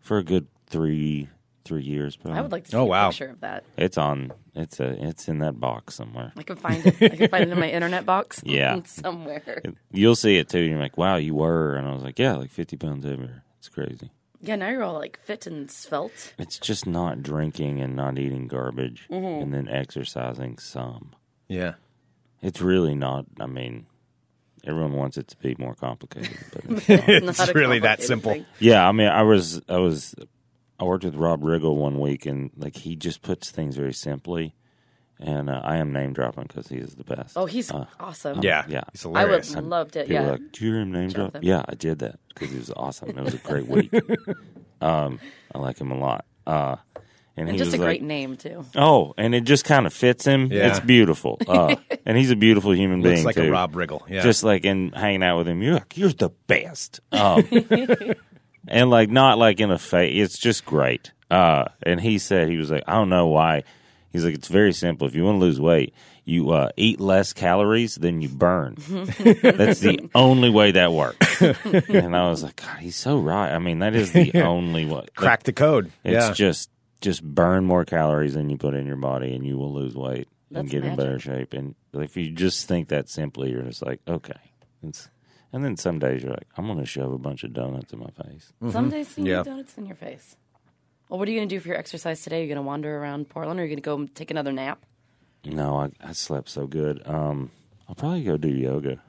[SPEAKER 4] for a good three three years. Probably.
[SPEAKER 2] I would like to see
[SPEAKER 1] Oh, wow.
[SPEAKER 2] a picture of that.
[SPEAKER 4] It's on. It's a. It's in that box somewhere.
[SPEAKER 2] I can find it. I can find it in my internet box.
[SPEAKER 4] Yeah.
[SPEAKER 2] somewhere.
[SPEAKER 4] You'll see it too. You're like, wow, you were, and I was like, yeah, like 50 pounds heavier. It's crazy.
[SPEAKER 2] Yeah, now you're all like fit and svelte.
[SPEAKER 4] It's just not drinking and not eating garbage
[SPEAKER 2] Mm-hmm.
[SPEAKER 4] and then exercising some.
[SPEAKER 1] Yeah.
[SPEAKER 4] It's really not. I mean, everyone wants it to be more complicated, but it's not.
[SPEAKER 2] Not
[SPEAKER 1] It's
[SPEAKER 2] a
[SPEAKER 1] really that
[SPEAKER 2] complicated
[SPEAKER 1] simple.
[SPEAKER 2] thing.
[SPEAKER 4] yeah. I mean, I was, I was, I worked with Rob Riggle one week, and like he just puts things very simply. And uh, I am name dropping because he is the best.
[SPEAKER 2] Oh, he's awesome.
[SPEAKER 1] Uh, Yeah.
[SPEAKER 4] Yeah.
[SPEAKER 1] It's
[SPEAKER 2] I would
[SPEAKER 1] hilarious.
[SPEAKER 2] loved it.
[SPEAKER 4] People
[SPEAKER 2] Yeah.
[SPEAKER 4] are like, do you hear him name drop?
[SPEAKER 2] Jonathan.
[SPEAKER 4] Yeah, I did that because he was awesome. It was a great week. um, I like him a lot. Uh, and,
[SPEAKER 2] and
[SPEAKER 4] he
[SPEAKER 2] just
[SPEAKER 4] was
[SPEAKER 2] a
[SPEAKER 4] like,
[SPEAKER 2] great name too.
[SPEAKER 4] Oh, and it just kind of fits him.
[SPEAKER 1] Yeah.
[SPEAKER 4] It's beautiful. Uh, and he's a beautiful human
[SPEAKER 1] Looks
[SPEAKER 4] being
[SPEAKER 1] like
[SPEAKER 4] too.
[SPEAKER 1] a Rob Riggle. Yeah.
[SPEAKER 4] Just like in hanging out with him, you're like, you're the best. Um, and like not like in a face. It's just great. Uh, and he said he was like, I don't know why. He's like, it's very simple. If you want to lose weight, you uh, eat less calories than you burn. That's the only way that works. and I was like, God, he's so right. I mean, that is the only way. Like,
[SPEAKER 1] crack the code.
[SPEAKER 4] it's
[SPEAKER 1] yeah.
[SPEAKER 4] just just burn more calories than you put in your body, and you will lose weight and
[SPEAKER 2] That's
[SPEAKER 4] get
[SPEAKER 2] magic.
[SPEAKER 4] in better shape. And if you just think that simply, you're just like, okay. It's, and then some days you're like, I'm going to shove a bunch of donuts in my face.
[SPEAKER 2] Some days you
[SPEAKER 1] Mm-hmm. Yeah.
[SPEAKER 2] need donuts in your face. Well, what are you going to do for your exercise today? Are you going to wander around Portland or are you going to go and take another nap?
[SPEAKER 4] No, I, I slept so good. Um, I'll probably go do yoga.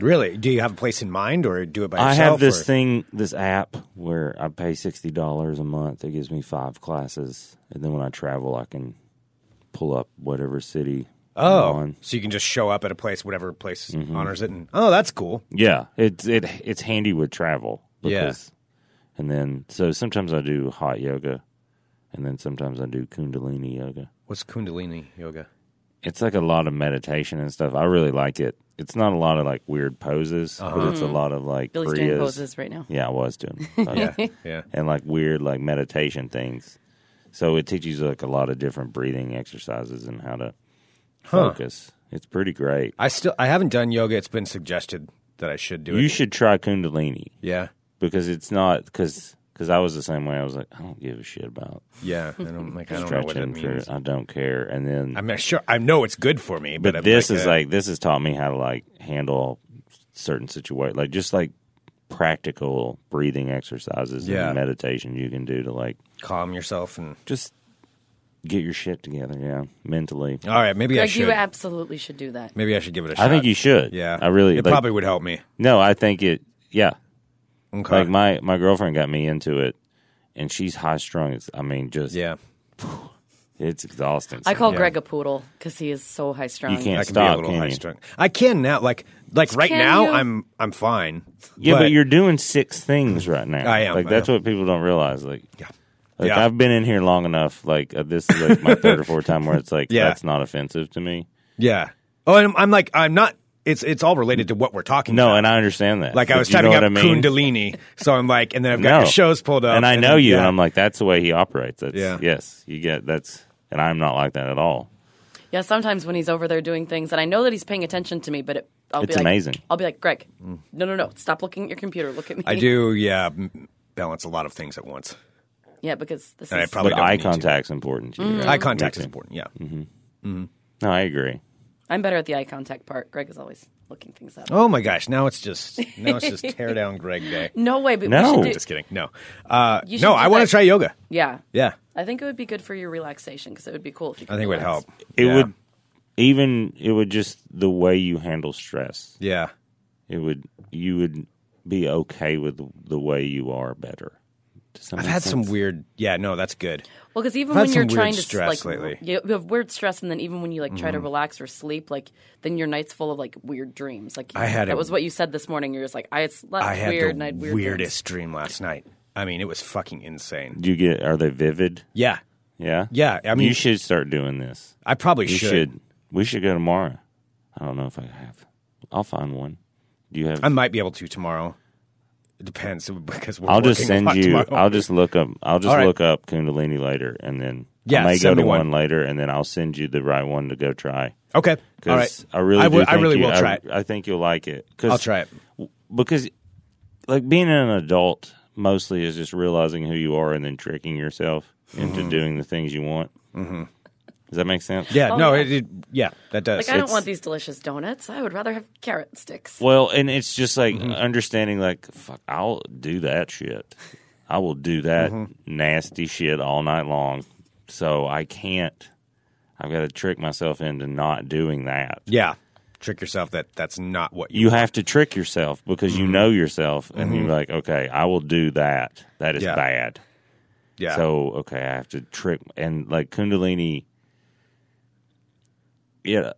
[SPEAKER 1] really. Do you have a place in mind, or do it by
[SPEAKER 4] I
[SPEAKER 1] yourself?
[SPEAKER 4] have this
[SPEAKER 1] or-
[SPEAKER 4] thing, this app where I pay sixty dollars a month. It gives me five classes, and then when I travel, I can pull up whatever city. I'm
[SPEAKER 1] Oh,
[SPEAKER 4] on. Mm-hmm.
[SPEAKER 1] so you can just show up at a place, whatever place honors it, and oh, that's cool.
[SPEAKER 4] Yeah, it's it it's handy with travel.
[SPEAKER 1] Yeah.
[SPEAKER 4] Because, And then so sometimes I do hot yoga, and then sometimes I do Kundalini yoga.
[SPEAKER 1] What's Kundalini yoga?
[SPEAKER 4] It's like a lot of meditation and stuff. I really like it. It's not a lot of like weird poses,
[SPEAKER 1] Uh-huh.
[SPEAKER 4] but it's a lot of like
[SPEAKER 2] Billy's doing
[SPEAKER 4] Kriyas.
[SPEAKER 2] poses right now.
[SPEAKER 4] Yeah, I was doing. yeah.
[SPEAKER 1] Yeah,
[SPEAKER 4] and like weird like meditation things. So it teaches like a lot of different breathing exercises and how to focus. It's pretty great.
[SPEAKER 1] I still I haven't done yoga. It's been suggested that I should do
[SPEAKER 4] You
[SPEAKER 1] it.
[SPEAKER 4] should try Kundalini
[SPEAKER 1] yeah,
[SPEAKER 4] because it's not because because I was the same way. I was like, I don't give a shit about
[SPEAKER 1] yeah. I don't like. I don't know what it
[SPEAKER 4] stretching. For,
[SPEAKER 1] means.
[SPEAKER 4] I don't care. And then,
[SPEAKER 1] I mean, sure. I know it's good for me, but,
[SPEAKER 4] but
[SPEAKER 1] I'm
[SPEAKER 4] this
[SPEAKER 1] like
[SPEAKER 4] is
[SPEAKER 1] uh,
[SPEAKER 4] like this has taught me how to like handle certain situations, like just like practical breathing exercises
[SPEAKER 1] Yeah.
[SPEAKER 4] and meditation you can do to like
[SPEAKER 1] calm yourself and
[SPEAKER 4] just get your shit together. Yeah, mentally.
[SPEAKER 1] all right. Maybe I
[SPEAKER 2] Greg,
[SPEAKER 1] should.
[SPEAKER 2] you absolutely should do that.
[SPEAKER 1] maybe I should give it a shot.
[SPEAKER 4] I think you should.
[SPEAKER 1] Yeah,
[SPEAKER 4] I really.
[SPEAKER 1] It
[SPEAKER 4] like-
[SPEAKER 1] probably would help me.
[SPEAKER 4] No, I think it. Yeah,
[SPEAKER 1] Okay.
[SPEAKER 4] like my my girlfriend got me into it, and she's high strung. It's I mean, just
[SPEAKER 1] yeah.
[SPEAKER 4] it's exhausting.
[SPEAKER 2] I call
[SPEAKER 1] Yeah.
[SPEAKER 2] Greg a poodle because he is so high strung.
[SPEAKER 4] You can't
[SPEAKER 1] I can
[SPEAKER 4] stop.
[SPEAKER 1] be a little
[SPEAKER 4] can
[SPEAKER 1] high
[SPEAKER 4] you?
[SPEAKER 1] strung. I can now. Like like right
[SPEAKER 2] Can
[SPEAKER 1] now,
[SPEAKER 2] you?
[SPEAKER 1] I'm I'm fine.
[SPEAKER 4] Yeah, but, you're doing six things right now.
[SPEAKER 1] I am,
[SPEAKER 4] Like
[SPEAKER 1] I
[SPEAKER 4] that's
[SPEAKER 1] am.
[SPEAKER 4] what people don't realize. Like,
[SPEAKER 1] Yeah.
[SPEAKER 4] like
[SPEAKER 1] Yeah.
[SPEAKER 4] I've been in here long enough. Like uh, this is like my third or fourth time where it's like
[SPEAKER 1] Yeah.
[SPEAKER 4] that's not offensive to me.
[SPEAKER 1] Yeah. Oh, and I'm, I'm like I'm not. It's it's all related to what we're talking about.
[SPEAKER 4] No, and I understand that.
[SPEAKER 1] Like I
[SPEAKER 4] But
[SPEAKER 1] was
[SPEAKER 4] you know
[SPEAKER 1] typing
[SPEAKER 4] what
[SPEAKER 1] up
[SPEAKER 4] I mean?
[SPEAKER 1] Kundalini, so I'm like, and then I've got
[SPEAKER 4] No.
[SPEAKER 1] your shows pulled up,
[SPEAKER 4] and I know
[SPEAKER 1] then-
[SPEAKER 4] you, and
[SPEAKER 1] yeah.
[SPEAKER 4] I'm like, that's the way he operates. That's
[SPEAKER 1] Yeah.
[SPEAKER 4] yes, you get that's, and I'm not like that at all.
[SPEAKER 2] Yeah, sometimes when he's over there doing things, and I know that he's paying attention to me, but it, I'll be
[SPEAKER 4] It's
[SPEAKER 2] like,
[SPEAKER 4] amazing.
[SPEAKER 2] I'll be like, Greg, no, no, no, stop looking at your computer. Look at me.
[SPEAKER 1] Mm. I do, yeah, m- balance a lot of things at once.
[SPEAKER 2] Yeah, because this
[SPEAKER 1] And I
[SPEAKER 2] is
[SPEAKER 1] probably
[SPEAKER 4] but
[SPEAKER 1] don't
[SPEAKER 4] eye
[SPEAKER 1] need to.
[SPEAKER 4] contact's important. To you,
[SPEAKER 2] Hmm.
[SPEAKER 4] right?
[SPEAKER 1] Eye contact
[SPEAKER 4] Me
[SPEAKER 1] is
[SPEAKER 4] too.
[SPEAKER 1] important. Yeah.
[SPEAKER 4] No, I agree.
[SPEAKER 2] I'm better at the eye contact part. Greg is always looking things up.
[SPEAKER 1] Oh my gosh, now it's just now it's just tear down Greg Day.
[SPEAKER 2] No way, but
[SPEAKER 4] No.
[SPEAKER 2] we should do,
[SPEAKER 1] Just kidding. No, uh, no,
[SPEAKER 2] You should do
[SPEAKER 1] I want
[SPEAKER 2] that.
[SPEAKER 1] to try yoga.
[SPEAKER 2] yeah.
[SPEAKER 1] Yeah,
[SPEAKER 2] I think it would be good for your relaxation because it would be cool if you.
[SPEAKER 1] I think it would help.
[SPEAKER 4] It
[SPEAKER 1] Yeah.
[SPEAKER 4] would even it would just the way you handle stress.
[SPEAKER 1] Yeah.
[SPEAKER 4] It would you would be okay with the way you are better. Does that
[SPEAKER 1] I've
[SPEAKER 4] make
[SPEAKER 1] had some
[SPEAKER 4] sense?
[SPEAKER 1] weird. Yeah, no, that's good.
[SPEAKER 2] Well, because even
[SPEAKER 1] I've had
[SPEAKER 2] when you're
[SPEAKER 1] some weird
[SPEAKER 2] trying to
[SPEAKER 1] stress
[SPEAKER 2] like,
[SPEAKER 1] lately. Mm-hmm.
[SPEAKER 2] you you have weird stress, and then even when you like try to relax or sleep, like then your night's full of like weird dreams. Like
[SPEAKER 1] I had
[SPEAKER 2] that
[SPEAKER 1] a-
[SPEAKER 2] was what you said this morning. You're just like I slept
[SPEAKER 1] I had
[SPEAKER 2] weird, and I
[SPEAKER 1] the
[SPEAKER 2] had weird dreams.
[SPEAKER 1] weirdest dream last night. I mean, it was fucking insane.
[SPEAKER 4] Do you get? Are they vivid?
[SPEAKER 1] Yeah.
[SPEAKER 4] Yeah.
[SPEAKER 1] Yeah, I mean-
[SPEAKER 4] you should start doing this.
[SPEAKER 1] I probably
[SPEAKER 4] You
[SPEAKER 1] should.
[SPEAKER 4] should. We should go tomorrow. I don't know if I have. I'll find one. Do you have?
[SPEAKER 1] I might be able to tomorrow. It depends because we're
[SPEAKER 4] I'll just
[SPEAKER 1] working a
[SPEAKER 4] send
[SPEAKER 1] lot
[SPEAKER 4] you.
[SPEAKER 1] tomorrow.
[SPEAKER 4] I'll just look up. I'll just
[SPEAKER 1] All right.
[SPEAKER 4] look up Kundalini later, and then
[SPEAKER 1] Yeah,
[SPEAKER 4] I may go
[SPEAKER 1] send
[SPEAKER 4] to
[SPEAKER 1] me
[SPEAKER 4] one.
[SPEAKER 1] one.
[SPEAKER 4] later, and then I'll send you the right one to go try.
[SPEAKER 1] okay. All right.
[SPEAKER 4] Because I really,
[SPEAKER 1] I,
[SPEAKER 4] do
[SPEAKER 1] will- I
[SPEAKER 4] think
[SPEAKER 1] really
[SPEAKER 4] you-
[SPEAKER 1] will
[SPEAKER 4] I-
[SPEAKER 1] try it.
[SPEAKER 4] I think you'll like it. i
[SPEAKER 1] I'll try it.
[SPEAKER 4] because like being an adult mostly is just realizing who you are and then tricking yourself into
[SPEAKER 1] Mm-hmm.
[SPEAKER 4] doing the things you want. Mm-hmm. Does that make sense?
[SPEAKER 1] Yeah.
[SPEAKER 2] Oh,
[SPEAKER 1] no.
[SPEAKER 2] yeah.
[SPEAKER 1] It, it- Yeah. That does.
[SPEAKER 2] Like I don't
[SPEAKER 4] It's-
[SPEAKER 2] want these delicious donuts. I would rather have carrot sticks.
[SPEAKER 4] Well, and it's just like
[SPEAKER 1] Mm-hmm.
[SPEAKER 4] understanding, like, fuck, I'll do that shit. I will do that
[SPEAKER 1] Mm-hmm.
[SPEAKER 4] nasty shit all night long. So I can't. I've got to trick myself into not doing that.
[SPEAKER 1] yeah. Trick yourself that that's not what you.
[SPEAKER 4] you have to trick yourself because
[SPEAKER 1] Mm-hmm.
[SPEAKER 4] you know yourself and you're like okay i will do that that is
[SPEAKER 1] Yeah.
[SPEAKER 4] bad
[SPEAKER 1] Yeah.
[SPEAKER 4] so okay i have to trick and like kundalini yeah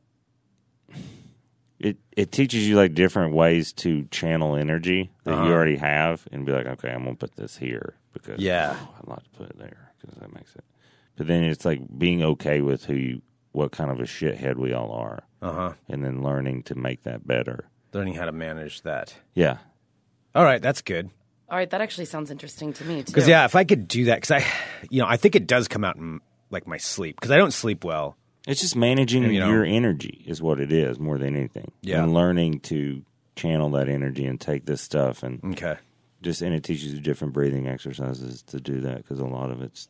[SPEAKER 4] it it teaches you like different ways to channel energy that
[SPEAKER 1] Uh-huh.
[SPEAKER 4] you already have and be like okay i'm gonna put this here because
[SPEAKER 1] Yeah.
[SPEAKER 4] oh, i'd like to put it there because that makes it but then it's like being okay with who you what kind of a shithead we all are uh-huh. and then learning to make that better
[SPEAKER 1] learning how to manage that.
[SPEAKER 4] yeah
[SPEAKER 1] All right. That's good.
[SPEAKER 2] All right, that actually sounds interesting to me too.
[SPEAKER 1] Because yeah, if I could do that, because I, you know, I think it does come out in like my sleep because I don't sleep well.
[SPEAKER 4] It's just managing
[SPEAKER 1] you know-
[SPEAKER 4] your energy is what it is more than anything.
[SPEAKER 1] Yeah.
[SPEAKER 4] And learning to channel that energy and take this stuff and
[SPEAKER 1] Okay.
[SPEAKER 4] just and it teaches you different breathing exercises to do that because a lot of it's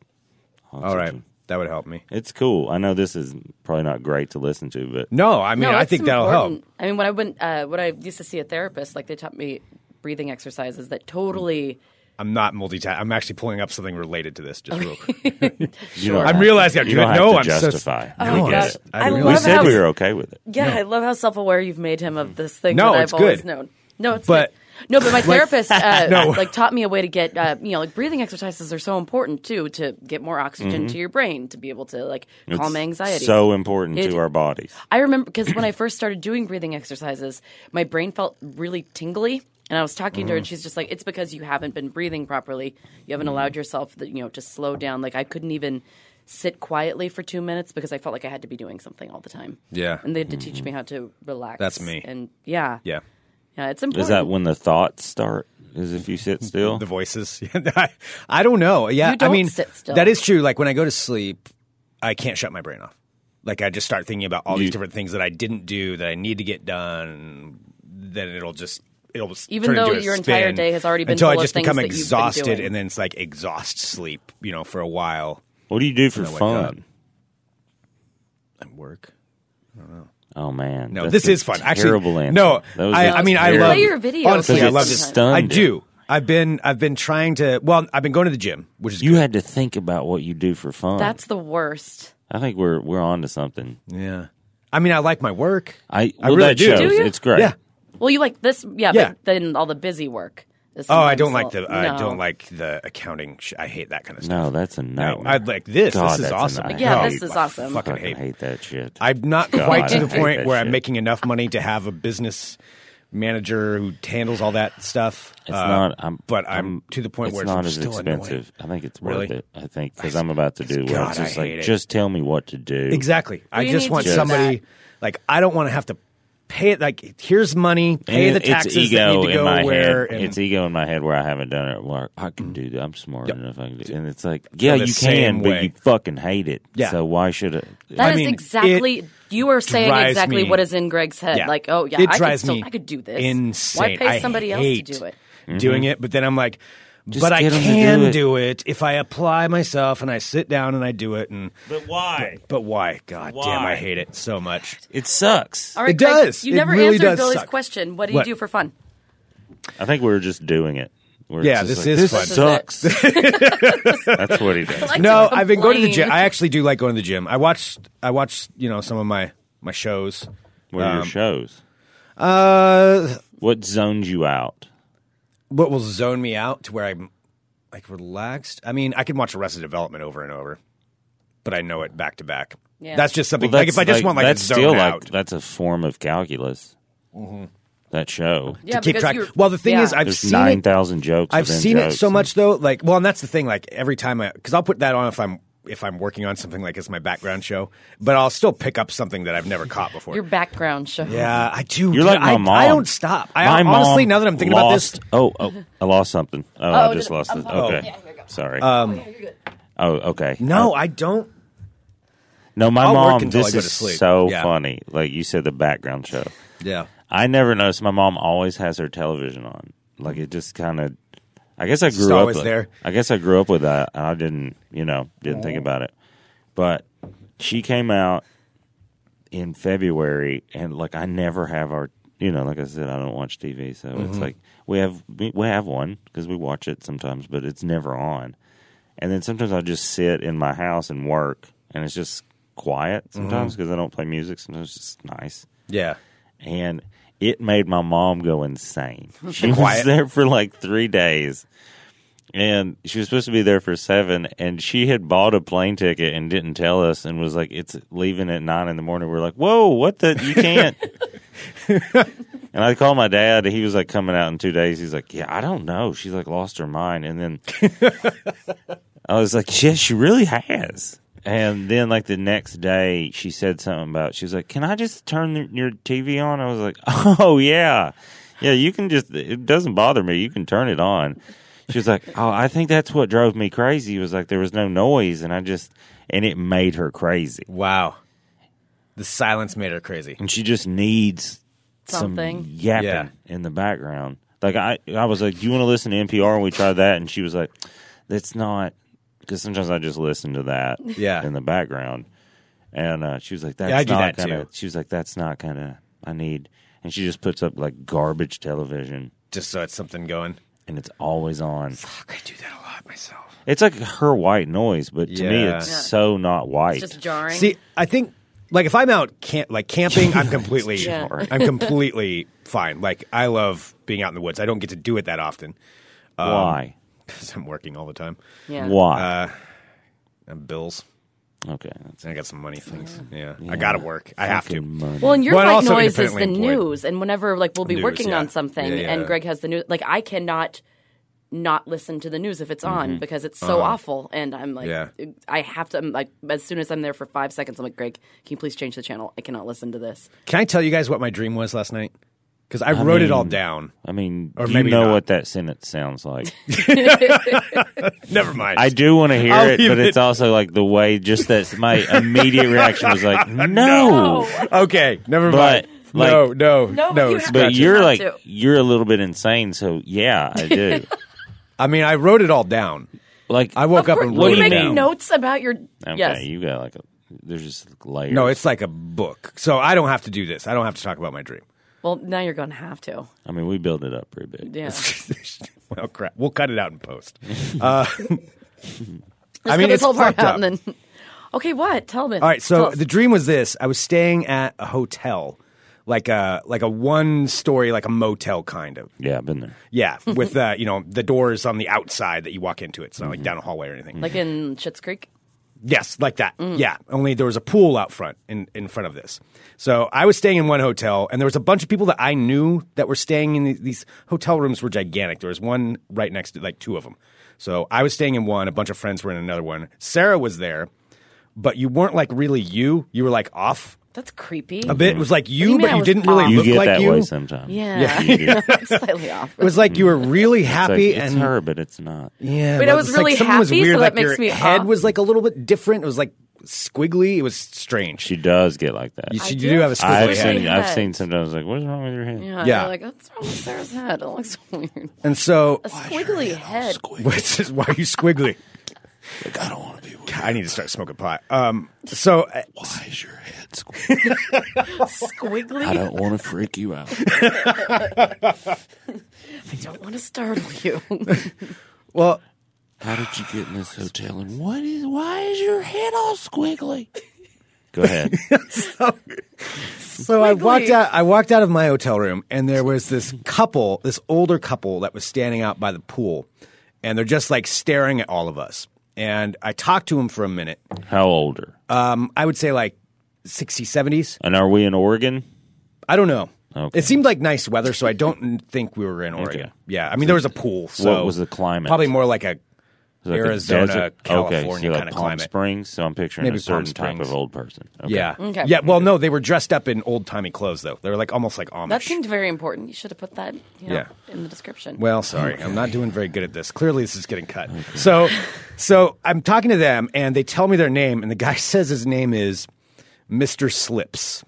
[SPEAKER 4] oxygen.
[SPEAKER 1] All right. That would help me.
[SPEAKER 4] It's cool. I know this is probably not great to listen to, but
[SPEAKER 1] No, I mean, I
[SPEAKER 2] it's
[SPEAKER 1] think that'll help.
[SPEAKER 2] important. I mean, when I went, uh, when I used to see a therapist, like they taught me breathing exercises that totally.
[SPEAKER 1] I'm not multitasking. I'm actually pulling up something related to this just real quick.
[SPEAKER 4] you don't
[SPEAKER 1] I'm
[SPEAKER 4] have
[SPEAKER 1] realizing
[SPEAKER 4] to-
[SPEAKER 1] I'm
[SPEAKER 4] you
[SPEAKER 1] doing-
[SPEAKER 4] don't have
[SPEAKER 1] no,
[SPEAKER 4] to
[SPEAKER 1] I'm so-
[SPEAKER 4] justify.
[SPEAKER 1] Oh,
[SPEAKER 4] We get
[SPEAKER 1] gosh.
[SPEAKER 4] it.
[SPEAKER 1] I
[SPEAKER 4] we
[SPEAKER 1] love
[SPEAKER 4] said
[SPEAKER 2] how-
[SPEAKER 4] we were okay with it.
[SPEAKER 2] Yeah, I love how self-aware you've made him of this thing
[SPEAKER 1] No,
[SPEAKER 2] that
[SPEAKER 1] it's
[SPEAKER 2] I've always
[SPEAKER 1] good.
[SPEAKER 2] known. No, it's
[SPEAKER 1] But-
[SPEAKER 2] good. no, but my therapist uh,
[SPEAKER 1] No.
[SPEAKER 2] like taught me a way to get uh, you know like breathing exercises are so important too to get more oxygen
[SPEAKER 1] Mm-hmm.
[SPEAKER 2] to your brain to be able to like calm anxiety.
[SPEAKER 4] So important
[SPEAKER 2] It-
[SPEAKER 4] to our bodies.
[SPEAKER 2] I remember because when I first started doing breathing exercises, my brain felt really tingly. And I was talking to her, and
[SPEAKER 1] Mm.
[SPEAKER 2] she's just like, "It's because you haven't been breathing properly. You haven't allowed
[SPEAKER 1] Mm.
[SPEAKER 2] yourself, the, you know, to slow down. Like I couldn't even sit quietly for two minutes because I felt like I had to be doing something all the time.
[SPEAKER 1] Yeah. Mm-hmm.
[SPEAKER 2] and they had to teach me how to relax.
[SPEAKER 1] That's me.
[SPEAKER 2] And yeah,
[SPEAKER 1] Yeah.
[SPEAKER 2] yeah, it's important.
[SPEAKER 4] Is that when the thoughts start? Is if you sit still?
[SPEAKER 1] The voices. I, I don't know. Yeah.
[SPEAKER 2] You don't
[SPEAKER 1] I mean,
[SPEAKER 2] sit still.
[SPEAKER 1] that is true. Like when I go to sleep, I can't shut my brain off. Like I just start thinking about all
[SPEAKER 4] You-
[SPEAKER 1] these different things that I didn't do that I need to get done. Then it'll just. It'll s-
[SPEAKER 2] Even
[SPEAKER 1] turn
[SPEAKER 2] though
[SPEAKER 1] into a
[SPEAKER 2] your entire
[SPEAKER 1] spin
[SPEAKER 2] day has already been
[SPEAKER 1] until
[SPEAKER 2] full
[SPEAKER 1] I
[SPEAKER 2] of
[SPEAKER 1] just
[SPEAKER 2] things
[SPEAKER 1] become
[SPEAKER 2] that you've been
[SPEAKER 1] exhausted,
[SPEAKER 2] doing.
[SPEAKER 1] and then it's like exhaust sleep, you know, for a while.
[SPEAKER 4] what do you do for
[SPEAKER 1] I wake up.
[SPEAKER 4] fun?
[SPEAKER 1] And work.
[SPEAKER 4] Oh man,
[SPEAKER 1] No,
[SPEAKER 4] That's
[SPEAKER 1] this
[SPEAKER 4] a
[SPEAKER 1] is fun. Actually,
[SPEAKER 4] terrible answer.
[SPEAKER 1] No,
[SPEAKER 4] That was
[SPEAKER 1] I,
[SPEAKER 4] a
[SPEAKER 1] I mean, I
[SPEAKER 4] terrible-
[SPEAKER 1] love
[SPEAKER 2] Play your video
[SPEAKER 1] Honestly, I
[SPEAKER 2] games
[SPEAKER 1] love
[SPEAKER 2] sometimes.
[SPEAKER 1] this.
[SPEAKER 4] Stunned
[SPEAKER 1] I
[SPEAKER 4] it.
[SPEAKER 1] do. I've been, I've been trying to. Well, I've been going to the gym, which is
[SPEAKER 4] You
[SPEAKER 1] good.
[SPEAKER 4] had to think about what you do for fun.
[SPEAKER 2] That's the worst.
[SPEAKER 4] I think we're we're on to something.
[SPEAKER 1] yeah. I mean, I like my work.
[SPEAKER 4] I,
[SPEAKER 1] I
[SPEAKER 4] well,
[SPEAKER 1] really
[SPEAKER 4] that
[SPEAKER 1] do.
[SPEAKER 4] shows.
[SPEAKER 2] Do you?
[SPEAKER 4] It's great.
[SPEAKER 1] Yeah.
[SPEAKER 2] Well, you like this, yeah,
[SPEAKER 1] Yeah.
[SPEAKER 2] but then all the busy work. is
[SPEAKER 1] Oh, I don't
[SPEAKER 2] sometimes
[SPEAKER 1] like the.
[SPEAKER 2] all-
[SPEAKER 1] I
[SPEAKER 2] No.
[SPEAKER 1] don't like the accounting. Sh- I hate that kind of stuff.
[SPEAKER 4] No, that's a nightmare.
[SPEAKER 1] No, I like this. this
[SPEAKER 4] God, that's
[SPEAKER 1] is
[SPEAKER 4] a
[SPEAKER 1] awesome.
[SPEAKER 4] nightmare.
[SPEAKER 2] Yeah,
[SPEAKER 1] No,
[SPEAKER 2] this is
[SPEAKER 1] I
[SPEAKER 2] awesome.
[SPEAKER 1] Fucking
[SPEAKER 4] fucking
[SPEAKER 1] hate.
[SPEAKER 4] hate that shit.
[SPEAKER 1] I'm not
[SPEAKER 4] God,
[SPEAKER 1] quite to
[SPEAKER 4] I
[SPEAKER 1] the
[SPEAKER 4] hate
[SPEAKER 1] point
[SPEAKER 4] that
[SPEAKER 1] where I'm
[SPEAKER 4] shit.
[SPEAKER 1] making enough money to have a business manager who handles all that stuff.
[SPEAKER 4] It's not. I'm,
[SPEAKER 1] uh, but I'm, to the point
[SPEAKER 4] it's
[SPEAKER 1] where
[SPEAKER 4] not
[SPEAKER 1] it's
[SPEAKER 4] as
[SPEAKER 1] still
[SPEAKER 4] expensive.
[SPEAKER 1] Annoying.
[SPEAKER 4] I think it's
[SPEAKER 1] Really?
[SPEAKER 4] worth it. I think because I'm about to do. where
[SPEAKER 1] God,
[SPEAKER 4] it's just
[SPEAKER 1] I
[SPEAKER 4] like,
[SPEAKER 1] hate it.
[SPEAKER 4] just tell me what to do.
[SPEAKER 1] Exactly. I
[SPEAKER 2] you need
[SPEAKER 1] just
[SPEAKER 2] to
[SPEAKER 1] want
[SPEAKER 2] do
[SPEAKER 1] somebody like I don't want to have to pay it. Like here's money, pay
[SPEAKER 4] And
[SPEAKER 1] the taxes
[SPEAKER 4] it's ego
[SPEAKER 1] that need to
[SPEAKER 4] in
[SPEAKER 1] go
[SPEAKER 4] my
[SPEAKER 1] where.
[SPEAKER 4] head.
[SPEAKER 1] and-
[SPEAKER 4] it's ego in my head where I haven't done it. Where I can do that. I'm smart enough. I can do. And it's like, yeah,
[SPEAKER 1] the
[SPEAKER 4] you
[SPEAKER 1] same
[SPEAKER 4] can, but
[SPEAKER 1] way.
[SPEAKER 4] you fucking hate it.
[SPEAKER 1] Yeah.
[SPEAKER 4] So why should it?
[SPEAKER 2] That
[SPEAKER 1] I
[SPEAKER 2] is
[SPEAKER 1] mean,
[SPEAKER 2] exactly
[SPEAKER 1] it
[SPEAKER 2] you are saying
[SPEAKER 1] drives
[SPEAKER 2] exactly
[SPEAKER 1] me-
[SPEAKER 2] what is in Greg's head.
[SPEAKER 1] Yeah.
[SPEAKER 2] Like, oh yeah,
[SPEAKER 1] it
[SPEAKER 2] I could
[SPEAKER 1] drives
[SPEAKER 2] still
[SPEAKER 1] me
[SPEAKER 2] I could do this.
[SPEAKER 1] Insane.
[SPEAKER 2] Why pay
[SPEAKER 1] I
[SPEAKER 2] somebody else to
[SPEAKER 1] hate
[SPEAKER 2] do it?
[SPEAKER 1] Doing it, but then I'm like,
[SPEAKER 4] Just
[SPEAKER 1] but I
[SPEAKER 4] get 'em to
[SPEAKER 1] can
[SPEAKER 4] do
[SPEAKER 1] do
[SPEAKER 4] it.
[SPEAKER 1] it. if I apply myself and I sit down and I do it. And
[SPEAKER 6] But why?
[SPEAKER 1] but why? God damn,
[SPEAKER 6] Why?
[SPEAKER 1] I hate it so much.
[SPEAKER 4] It sucks.
[SPEAKER 2] All right,
[SPEAKER 1] It
[SPEAKER 2] Greg,
[SPEAKER 1] does.
[SPEAKER 2] You
[SPEAKER 1] It
[SPEAKER 2] never
[SPEAKER 1] really
[SPEAKER 2] answered
[SPEAKER 1] does
[SPEAKER 2] Billy's
[SPEAKER 1] suck.
[SPEAKER 2] question. What do you
[SPEAKER 1] What?
[SPEAKER 2] do for fun?
[SPEAKER 4] I think we are just doing it. We're
[SPEAKER 1] Yeah,
[SPEAKER 4] just
[SPEAKER 1] this is
[SPEAKER 4] this
[SPEAKER 2] fun."
[SPEAKER 4] sucks. That's what he does.
[SPEAKER 2] Like
[SPEAKER 1] no,
[SPEAKER 2] to
[SPEAKER 1] I've been going to the
[SPEAKER 2] complain.
[SPEAKER 1] gym. I actually do like going to the gym. I watched I watched you know some of my my shows.
[SPEAKER 4] What are your
[SPEAKER 1] Um,
[SPEAKER 4] shows?
[SPEAKER 1] Uh,
[SPEAKER 4] What zones you out?
[SPEAKER 1] what will zone me out to where I'm like relaxed. I mean, I can watch Arrested Development over and over, but I know it back to back.
[SPEAKER 2] Yeah.
[SPEAKER 1] That's just something like if I just want like
[SPEAKER 4] that's
[SPEAKER 1] zone
[SPEAKER 4] still
[SPEAKER 1] out.
[SPEAKER 4] like that's a form of calculus. that show.
[SPEAKER 1] to
[SPEAKER 2] Yeah,
[SPEAKER 1] keep
[SPEAKER 2] because
[SPEAKER 1] track.
[SPEAKER 2] you're-
[SPEAKER 1] Well, the thing
[SPEAKER 2] yeah.
[SPEAKER 1] is, Mm-hmm. I've
[SPEAKER 4] There's
[SPEAKER 1] seen
[SPEAKER 4] nine
[SPEAKER 1] it.
[SPEAKER 4] thousand jokes.
[SPEAKER 1] I've
[SPEAKER 4] within
[SPEAKER 1] seen it
[SPEAKER 4] jokes
[SPEAKER 1] so
[SPEAKER 4] and-
[SPEAKER 1] much though. Like, well, and that's the thing. Like every time I, because I'll put that on if I'm if I'm working on something like it's my background show, but I'll still pick up something that I've never caught before.
[SPEAKER 2] Your background show.
[SPEAKER 1] yeah, I do.
[SPEAKER 4] You're like my
[SPEAKER 1] I,
[SPEAKER 4] mom.
[SPEAKER 1] I don't stop. I
[SPEAKER 4] My
[SPEAKER 1] honestly,
[SPEAKER 4] mom
[SPEAKER 1] now that I'm thinking
[SPEAKER 4] lost,
[SPEAKER 1] about this,
[SPEAKER 4] oh, oh, I lost something. Oh, I
[SPEAKER 2] Oh,
[SPEAKER 4] just
[SPEAKER 2] did it-
[SPEAKER 4] lost
[SPEAKER 2] I'm
[SPEAKER 4] it.
[SPEAKER 2] sorry.
[SPEAKER 4] Okay,
[SPEAKER 2] Yeah, here we go.
[SPEAKER 4] sorry. Um, oh, okay.
[SPEAKER 1] no,
[SPEAKER 4] Uh,
[SPEAKER 1] I don't.
[SPEAKER 4] no, my
[SPEAKER 1] I'll work
[SPEAKER 4] mom.
[SPEAKER 1] until I
[SPEAKER 4] This
[SPEAKER 1] go to
[SPEAKER 4] is
[SPEAKER 1] sleep.
[SPEAKER 4] so
[SPEAKER 1] Yeah.
[SPEAKER 4] funny. Like you said, the background show.
[SPEAKER 1] Yeah,
[SPEAKER 4] I never noticed. My mom always has her television on. Like it just kind of. I guess I grew
[SPEAKER 1] just
[SPEAKER 4] up
[SPEAKER 1] always
[SPEAKER 4] with,
[SPEAKER 1] there.
[SPEAKER 4] I guess I grew up with that. and I didn't, you know, didn't think about it. But she came out in February, and like I never have our, you know, like I said, I don't watch TV, so
[SPEAKER 1] Mm-hmm.
[SPEAKER 4] it's like we have we, we have one because we watch it sometimes, but it's never on. And then sometimes I just sit in my house and work, and it's just quiet
[SPEAKER 1] Mm-hmm.
[SPEAKER 4] sometimes because I don't play music. Sometimes it's just nice
[SPEAKER 1] yeah.
[SPEAKER 4] and it made my mom go insane. She was
[SPEAKER 1] Quiet.
[SPEAKER 4] there for like three days, and she was supposed to be there for seven. And she had bought a plane ticket and didn't tell us, and was like, "It's leaving at nine in the morning." We're like, "Whoa, what the? You can't." and I called my dad. He was like, "Coming out in two days." He's like, "Yeah, I don't know." She's like, lost her mind, and then. I was like, yeah, she really has. And then, like, the next day, she said something about, she was like, can I just turn the- your TV on? I was like, oh, yeah. Yeah, you can just, it doesn't bother me. You can turn it on. She was like, oh, I think that's what drove me crazy. was like, there was no noise. And I just, and it made her crazy.
[SPEAKER 1] Wow, the silence made her crazy.
[SPEAKER 4] And she just needs
[SPEAKER 2] Something.
[SPEAKER 4] some yapping
[SPEAKER 1] Yeah.
[SPEAKER 4] in the background. Like I, I was like, "Do you want to listen to NPR?" And we tried that, and she was like, "That's not," because sometimes I just listen to that,
[SPEAKER 1] Yeah.
[SPEAKER 4] in the background. And uh, she was like, "That's
[SPEAKER 1] Yeah, I do
[SPEAKER 4] not
[SPEAKER 1] that,
[SPEAKER 4] kind of."
[SPEAKER 1] too.
[SPEAKER 4] She was like, "That's not kind of." I need, and she just puts up like garbage television,
[SPEAKER 1] Just so it's something going.
[SPEAKER 4] and it's always on.
[SPEAKER 1] Fuck, I do that a lot myself.
[SPEAKER 4] It's like her white noise, but to me,
[SPEAKER 1] Yeah.
[SPEAKER 4] it's
[SPEAKER 1] Yeah.
[SPEAKER 4] so not white.
[SPEAKER 2] It's just jarring.
[SPEAKER 1] See, I think like if I'm out camp like camping, I'm completely
[SPEAKER 2] Yeah.
[SPEAKER 1] I'm completely fine. Like I love being out in the woods. I don't get to do it that often Um,
[SPEAKER 4] Why?
[SPEAKER 1] because I'm working all the time.
[SPEAKER 2] yeah.
[SPEAKER 4] Why?
[SPEAKER 1] Uh, And bills.
[SPEAKER 4] okay, that's
[SPEAKER 1] And I got some money things. Yeah. I gotta work. I have to.
[SPEAKER 4] fucking money.
[SPEAKER 2] Well, and your
[SPEAKER 1] Well, and
[SPEAKER 2] white
[SPEAKER 1] also
[SPEAKER 2] noise is the
[SPEAKER 1] independently employed.
[SPEAKER 2] news, and whenever like we'll be
[SPEAKER 1] News,
[SPEAKER 2] working
[SPEAKER 1] yeah.
[SPEAKER 2] on something,
[SPEAKER 1] Yeah, yeah.
[SPEAKER 2] and Greg has the news, like I cannot not listen to the news if it's on because it's so awful, and I'm like,
[SPEAKER 1] Mm-hmm. Uh-huh. Yeah.
[SPEAKER 2] I have to. I'm like, as soon as I'm there for five seconds, I'm like, Greg, can you please change the channel? I cannot listen to this.
[SPEAKER 1] Can I tell you guys what my dream was last night? Because I, wrote it all
[SPEAKER 4] mean-
[SPEAKER 1] down.
[SPEAKER 4] I mean,
[SPEAKER 1] Or
[SPEAKER 4] do you
[SPEAKER 1] maybe
[SPEAKER 4] know
[SPEAKER 1] not.
[SPEAKER 4] what that sentence sounds like?
[SPEAKER 1] Never mind.
[SPEAKER 4] I do want to hear
[SPEAKER 1] I'll
[SPEAKER 4] it,
[SPEAKER 1] leave
[SPEAKER 4] but
[SPEAKER 1] it.
[SPEAKER 4] it's also like the way just that my immediate reaction was like, no.
[SPEAKER 2] Oh.
[SPEAKER 1] okay, never
[SPEAKER 4] But,
[SPEAKER 1] mind.
[SPEAKER 4] like-
[SPEAKER 1] no, no,
[SPEAKER 2] No,
[SPEAKER 1] no.
[SPEAKER 2] but you have
[SPEAKER 4] But
[SPEAKER 2] Gotcha.
[SPEAKER 4] you're
[SPEAKER 2] Not
[SPEAKER 4] like,
[SPEAKER 2] to.
[SPEAKER 4] you're a little bit insane. So yeah, I do.
[SPEAKER 1] I mean, I wrote it all down.
[SPEAKER 4] like,
[SPEAKER 1] I woke up
[SPEAKER 2] Of course-
[SPEAKER 1] and
[SPEAKER 4] what
[SPEAKER 1] wrote
[SPEAKER 4] do
[SPEAKER 2] you
[SPEAKER 4] you
[SPEAKER 1] it
[SPEAKER 2] make
[SPEAKER 4] know?
[SPEAKER 1] down.
[SPEAKER 2] notes about your
[SPEAKER 4] okay,
[SPEAKER 2] yes.
[SPEAKER 4] you got like a, there's just layers.
[SPEAKER 1] No, it's like a book. So I don't have to do this. I don't have to talk about my dream.
[SPEAKER 2] well, now you're going to have to.
[SPEAKER 4] I mean, we build it up pretty big.
[SPEAKER 2] Yeah.
[SPEAKER 1] well, Oh, crap. We'll cut it out in post. Uh, I
[SPEAKER 2] Let's cut
[SPEAKER 1] mean,
[SPEAKER 2] this
[SPEAKER 1] it's
[SPEAKER 2] whole part
[SPEAKER 1] fucked up.
[SPEAKER 2] out, and then okay, what? Tell me.
[SPEAKER 1] All right, so the dream was this: I was staying at a hotel, like a like a one story, like a motel kind of.
[SPEAKER 4] Yeah, I've been there.
[SPEAKER 1] Yeah,
[SPEAKER 2] Mm-hmm.
[SPEAKER 1] with uh, you know the doors on the outside that you walk into. It's
[SPEAKER 2] Mm-hmm.
[SPEAKER 1] not like down a hallway or anything.
[SPEAKER 2] like in Schitt's Creek.
[SPEAKER 1] Yes, like that.
[SPEAKER 2] Mm.
[SPEAKER 1] Yeah. Only there was a pool out front in, in front of this. So I was staying in one hotel, and there was a bunch of people that I knew that were staying in the- these hotel rooms were gigantic. There was one right next to, like, two of them. So I was staying in one. A bunch of friends were in another one. Sarah was there, but you weren't like really you. You were like off
[SPEAKER 2] That's creepy.
[SPEAKER 1] a bit. It was like
[SPEAKER 2] do
[SPEAKER 1] you,
[SPEAKER 2] you mean
[SPEAKER 1] but you
[SPEAKER 2] I Mm-hmm. was
[SPEAKER 1] didn't
[SPEAKER 2] off?
[SPEAKER 1] really
[SPEAKER 4] You
[SPEAKER 1] look
[SPEAKER 4] get
[SPEAKER 1] like
[SPEAKER 4] that
[SPEAKER 1] you.
[SPEAKER 4] way sometimes.
[SPEAKER 2] Yeah, I'm slightly off.
[SPEAKER 1] It was like you were really
[SPEAKER 4] It's like,
[SPEAKER 1] happy
[SPEAKER 4] it's
[SPEAKER 1] and
[SPEAKER 4] her, but it's not.
[SPEAKER 1] Yeah,
[SPEAKER 2] Wait, I was
[SPEAKER 1] it's like
[SPEAKER 2] really
[SPEAKER 1] something was
[SPEAKER 2] happy, so
[SPEAKER 1] weird,
[SPEAKER 2] that
[SPEAKER 1] like
[SPEAKER 2] makes
[SPEAKER 1] your
[SPEAKER 2] me
[SPEAKER 1] head
[SPEAKER 2] off.
[SPEAKER 1] was like a little bit different. It was like squiggly. It was strange.
[SPEAKER 4] She does get like that.
[SPEAKER 1] You, she,
[SPEAKER 2] I
[SPEAKER 1] you
[SPEAKER 2] do.
[SPEAKER 1] do have a
[SPEAKER 4] I've
[SPEAKER 1] squiggly
[SPEAKER 2] Squiggly
[SPEAKER 4] seen.
[SPEAKER 1] head.
[SPEAKER 4] I've
[SPEAKER 2] head.
[SPEAKER 4] seen sometimes like, what's wrong with your head?
[SPEAKER 2] Yeah,
[SPEAKER 1] Yeah.
[SPEAKER 2] you're like that's wrong with Sarah's head. It looks weird.
[SPEAKER 1] And so,
[SPEAKER 2] A squiggly head.
[SPEAKER 1] which is why are you squiggly?
[SPEAKER 7] Like, I don't want to be with
[SPEAKER 1] I need to start smoking pot. Um, so uh,
[SPEAKER 7] Why is your head squealing?
[SPEAKER 2] squiggly.
[SPEAKER 7] I don't want to freak you out.
[SPEAKER 2] I don't want to startle you.
[SPEAKER 1] well,
[SPEAKER 7] How did you get in this hotel? And what is? Why is your head all squiggly?
[SPEAKER 4] Go ahead.
[SPEAKER 1] so I walked
[SPEAKER 2] Squiggly.
[SPEAKER 1] out. I walked out of my hotel room, and there was this couple, this older couple that was standing out by the pool, and they're just like staring at all of us. And I talked to them for a minute.
[SPEAKER 4] How older?
[SPEAKER 1] Uh, Um, I would say like 60s, 70s.
[SPEAKER 4] And are we in Oregon?
[SPEAKER 1] I don't know.
[SPEAKER 4] Okay.
[SPEAKER 1] It seemed like nice weather, so I don't think we were in Oregon.
[SPEAKER 4] Okay.
[SPEAKER 1] Yeah, I mean there was a pool. So
[SPEAKER 4] was the climate?
[SPEAKER 1] Probably more like a
[SPEAKER 4] Is that the
[SPEAKER 1] Arizona,
[SPEAKER 4] desert? okay,
[SPEAKER 1] California
[SPEAKER 4] so like
[SPEAKER 1] kinda
[SPEAKER 4] Palm
[SPEAKER 1] climate.
[SPEAKER 4] Springs. So I'm picturing
[SPEAKER 1] Maybe
[SPEAKER 4] a
[SPEAKER 1] Palm
[SPEAKER 4] certain type
[SPEAKER 1] Springs.
[SPEAKER 4] of old person. Okay.
[SPEAKER 1] yeah,
[SPEAKER 2] Okay.
[SPEAKER 1] yeah. Well, no, they were dressed up in old timey clothes though. They were like almost like Amish.
[SPEAKER 2] That seemed very important. You should have put that you know,
[SPEAKER 1] Yeah.
[SPEAKER 2] in the description.
[SPEAKER 1] Well, sorry, I'm not doing very good at this. Clearly, this is getting cut. So, so I'm talking to them, and they tell me their name, and the guy says his name is Mister Slips.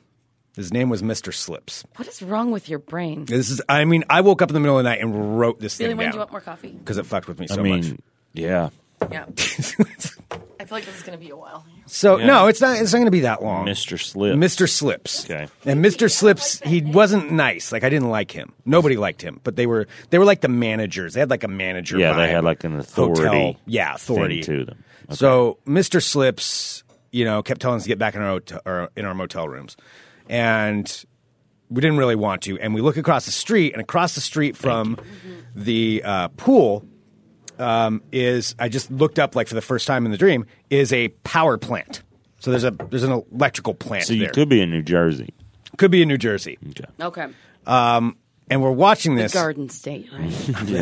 [SPEAKER 1] His name was Mister Slips.
[SPEAKER 2] what is wrong with your brain?
[SPEAKER 1] This is, I mean, I woke up in the middle of the night and wrote this
[SPEAKER 2] Really,
[SPEAKER 1] thing
[SPEAKER 2] when do
[SPEAKER 1] down
[SPEAKER 2] you want more coffee?
[SPEAKER 1] because it fucked with me
[SPEAKER 4] I
[SPEAKER 1] so
[SPEAKER 4] mean,
[SPEAKER 1] much.
[SPEAKER 4] yeah,
[SPEAKER 2] Yeah. I feel like this is going to be a while.
[SPEAKER 1] So
[SPEAKER 4] Yeah.
[SPEAKER 1] no, it's not. It's not going to be that long.
[SPEAKER 4] Mr. Slip.
[SPEAKER 1] Mr. Slips.
[SPEAKER 4] Okay.
[SPEAKER 1] And Mr. Slips, he wasn't nice. Like I didn't like him. Nobody liked him. But they were they were like the managers. They had like a manager.
[SPEAKER 4] yeah. They
[SPEAKER 1] vibe.
[SPEAKER 4] had like an authority.
[SPEAKER 1] Hotel. Yeah, authority
[SPEAKER 4] thing to them.
[SPEAKER 1] So Mr. Slips, you know, kept telling us to get back in our hot- or in our motel rooms, and we didn't really want to. And we look across the street, and across the street from the uh, pool um, is I just looked up like for the first time in the dream is a power plant. So there's a there's an electrical plant
[SPEAKER 4] So you
[SPEAKER 1] there.
[SPEAKER 4] could be in New Jersey.
[SPEAKER 1] Could be in New Jersey,
[SPEAKER 2] Okay.
[SPEAKER 1] and we're watching this.
[SPEAKER 2] Garden State, right?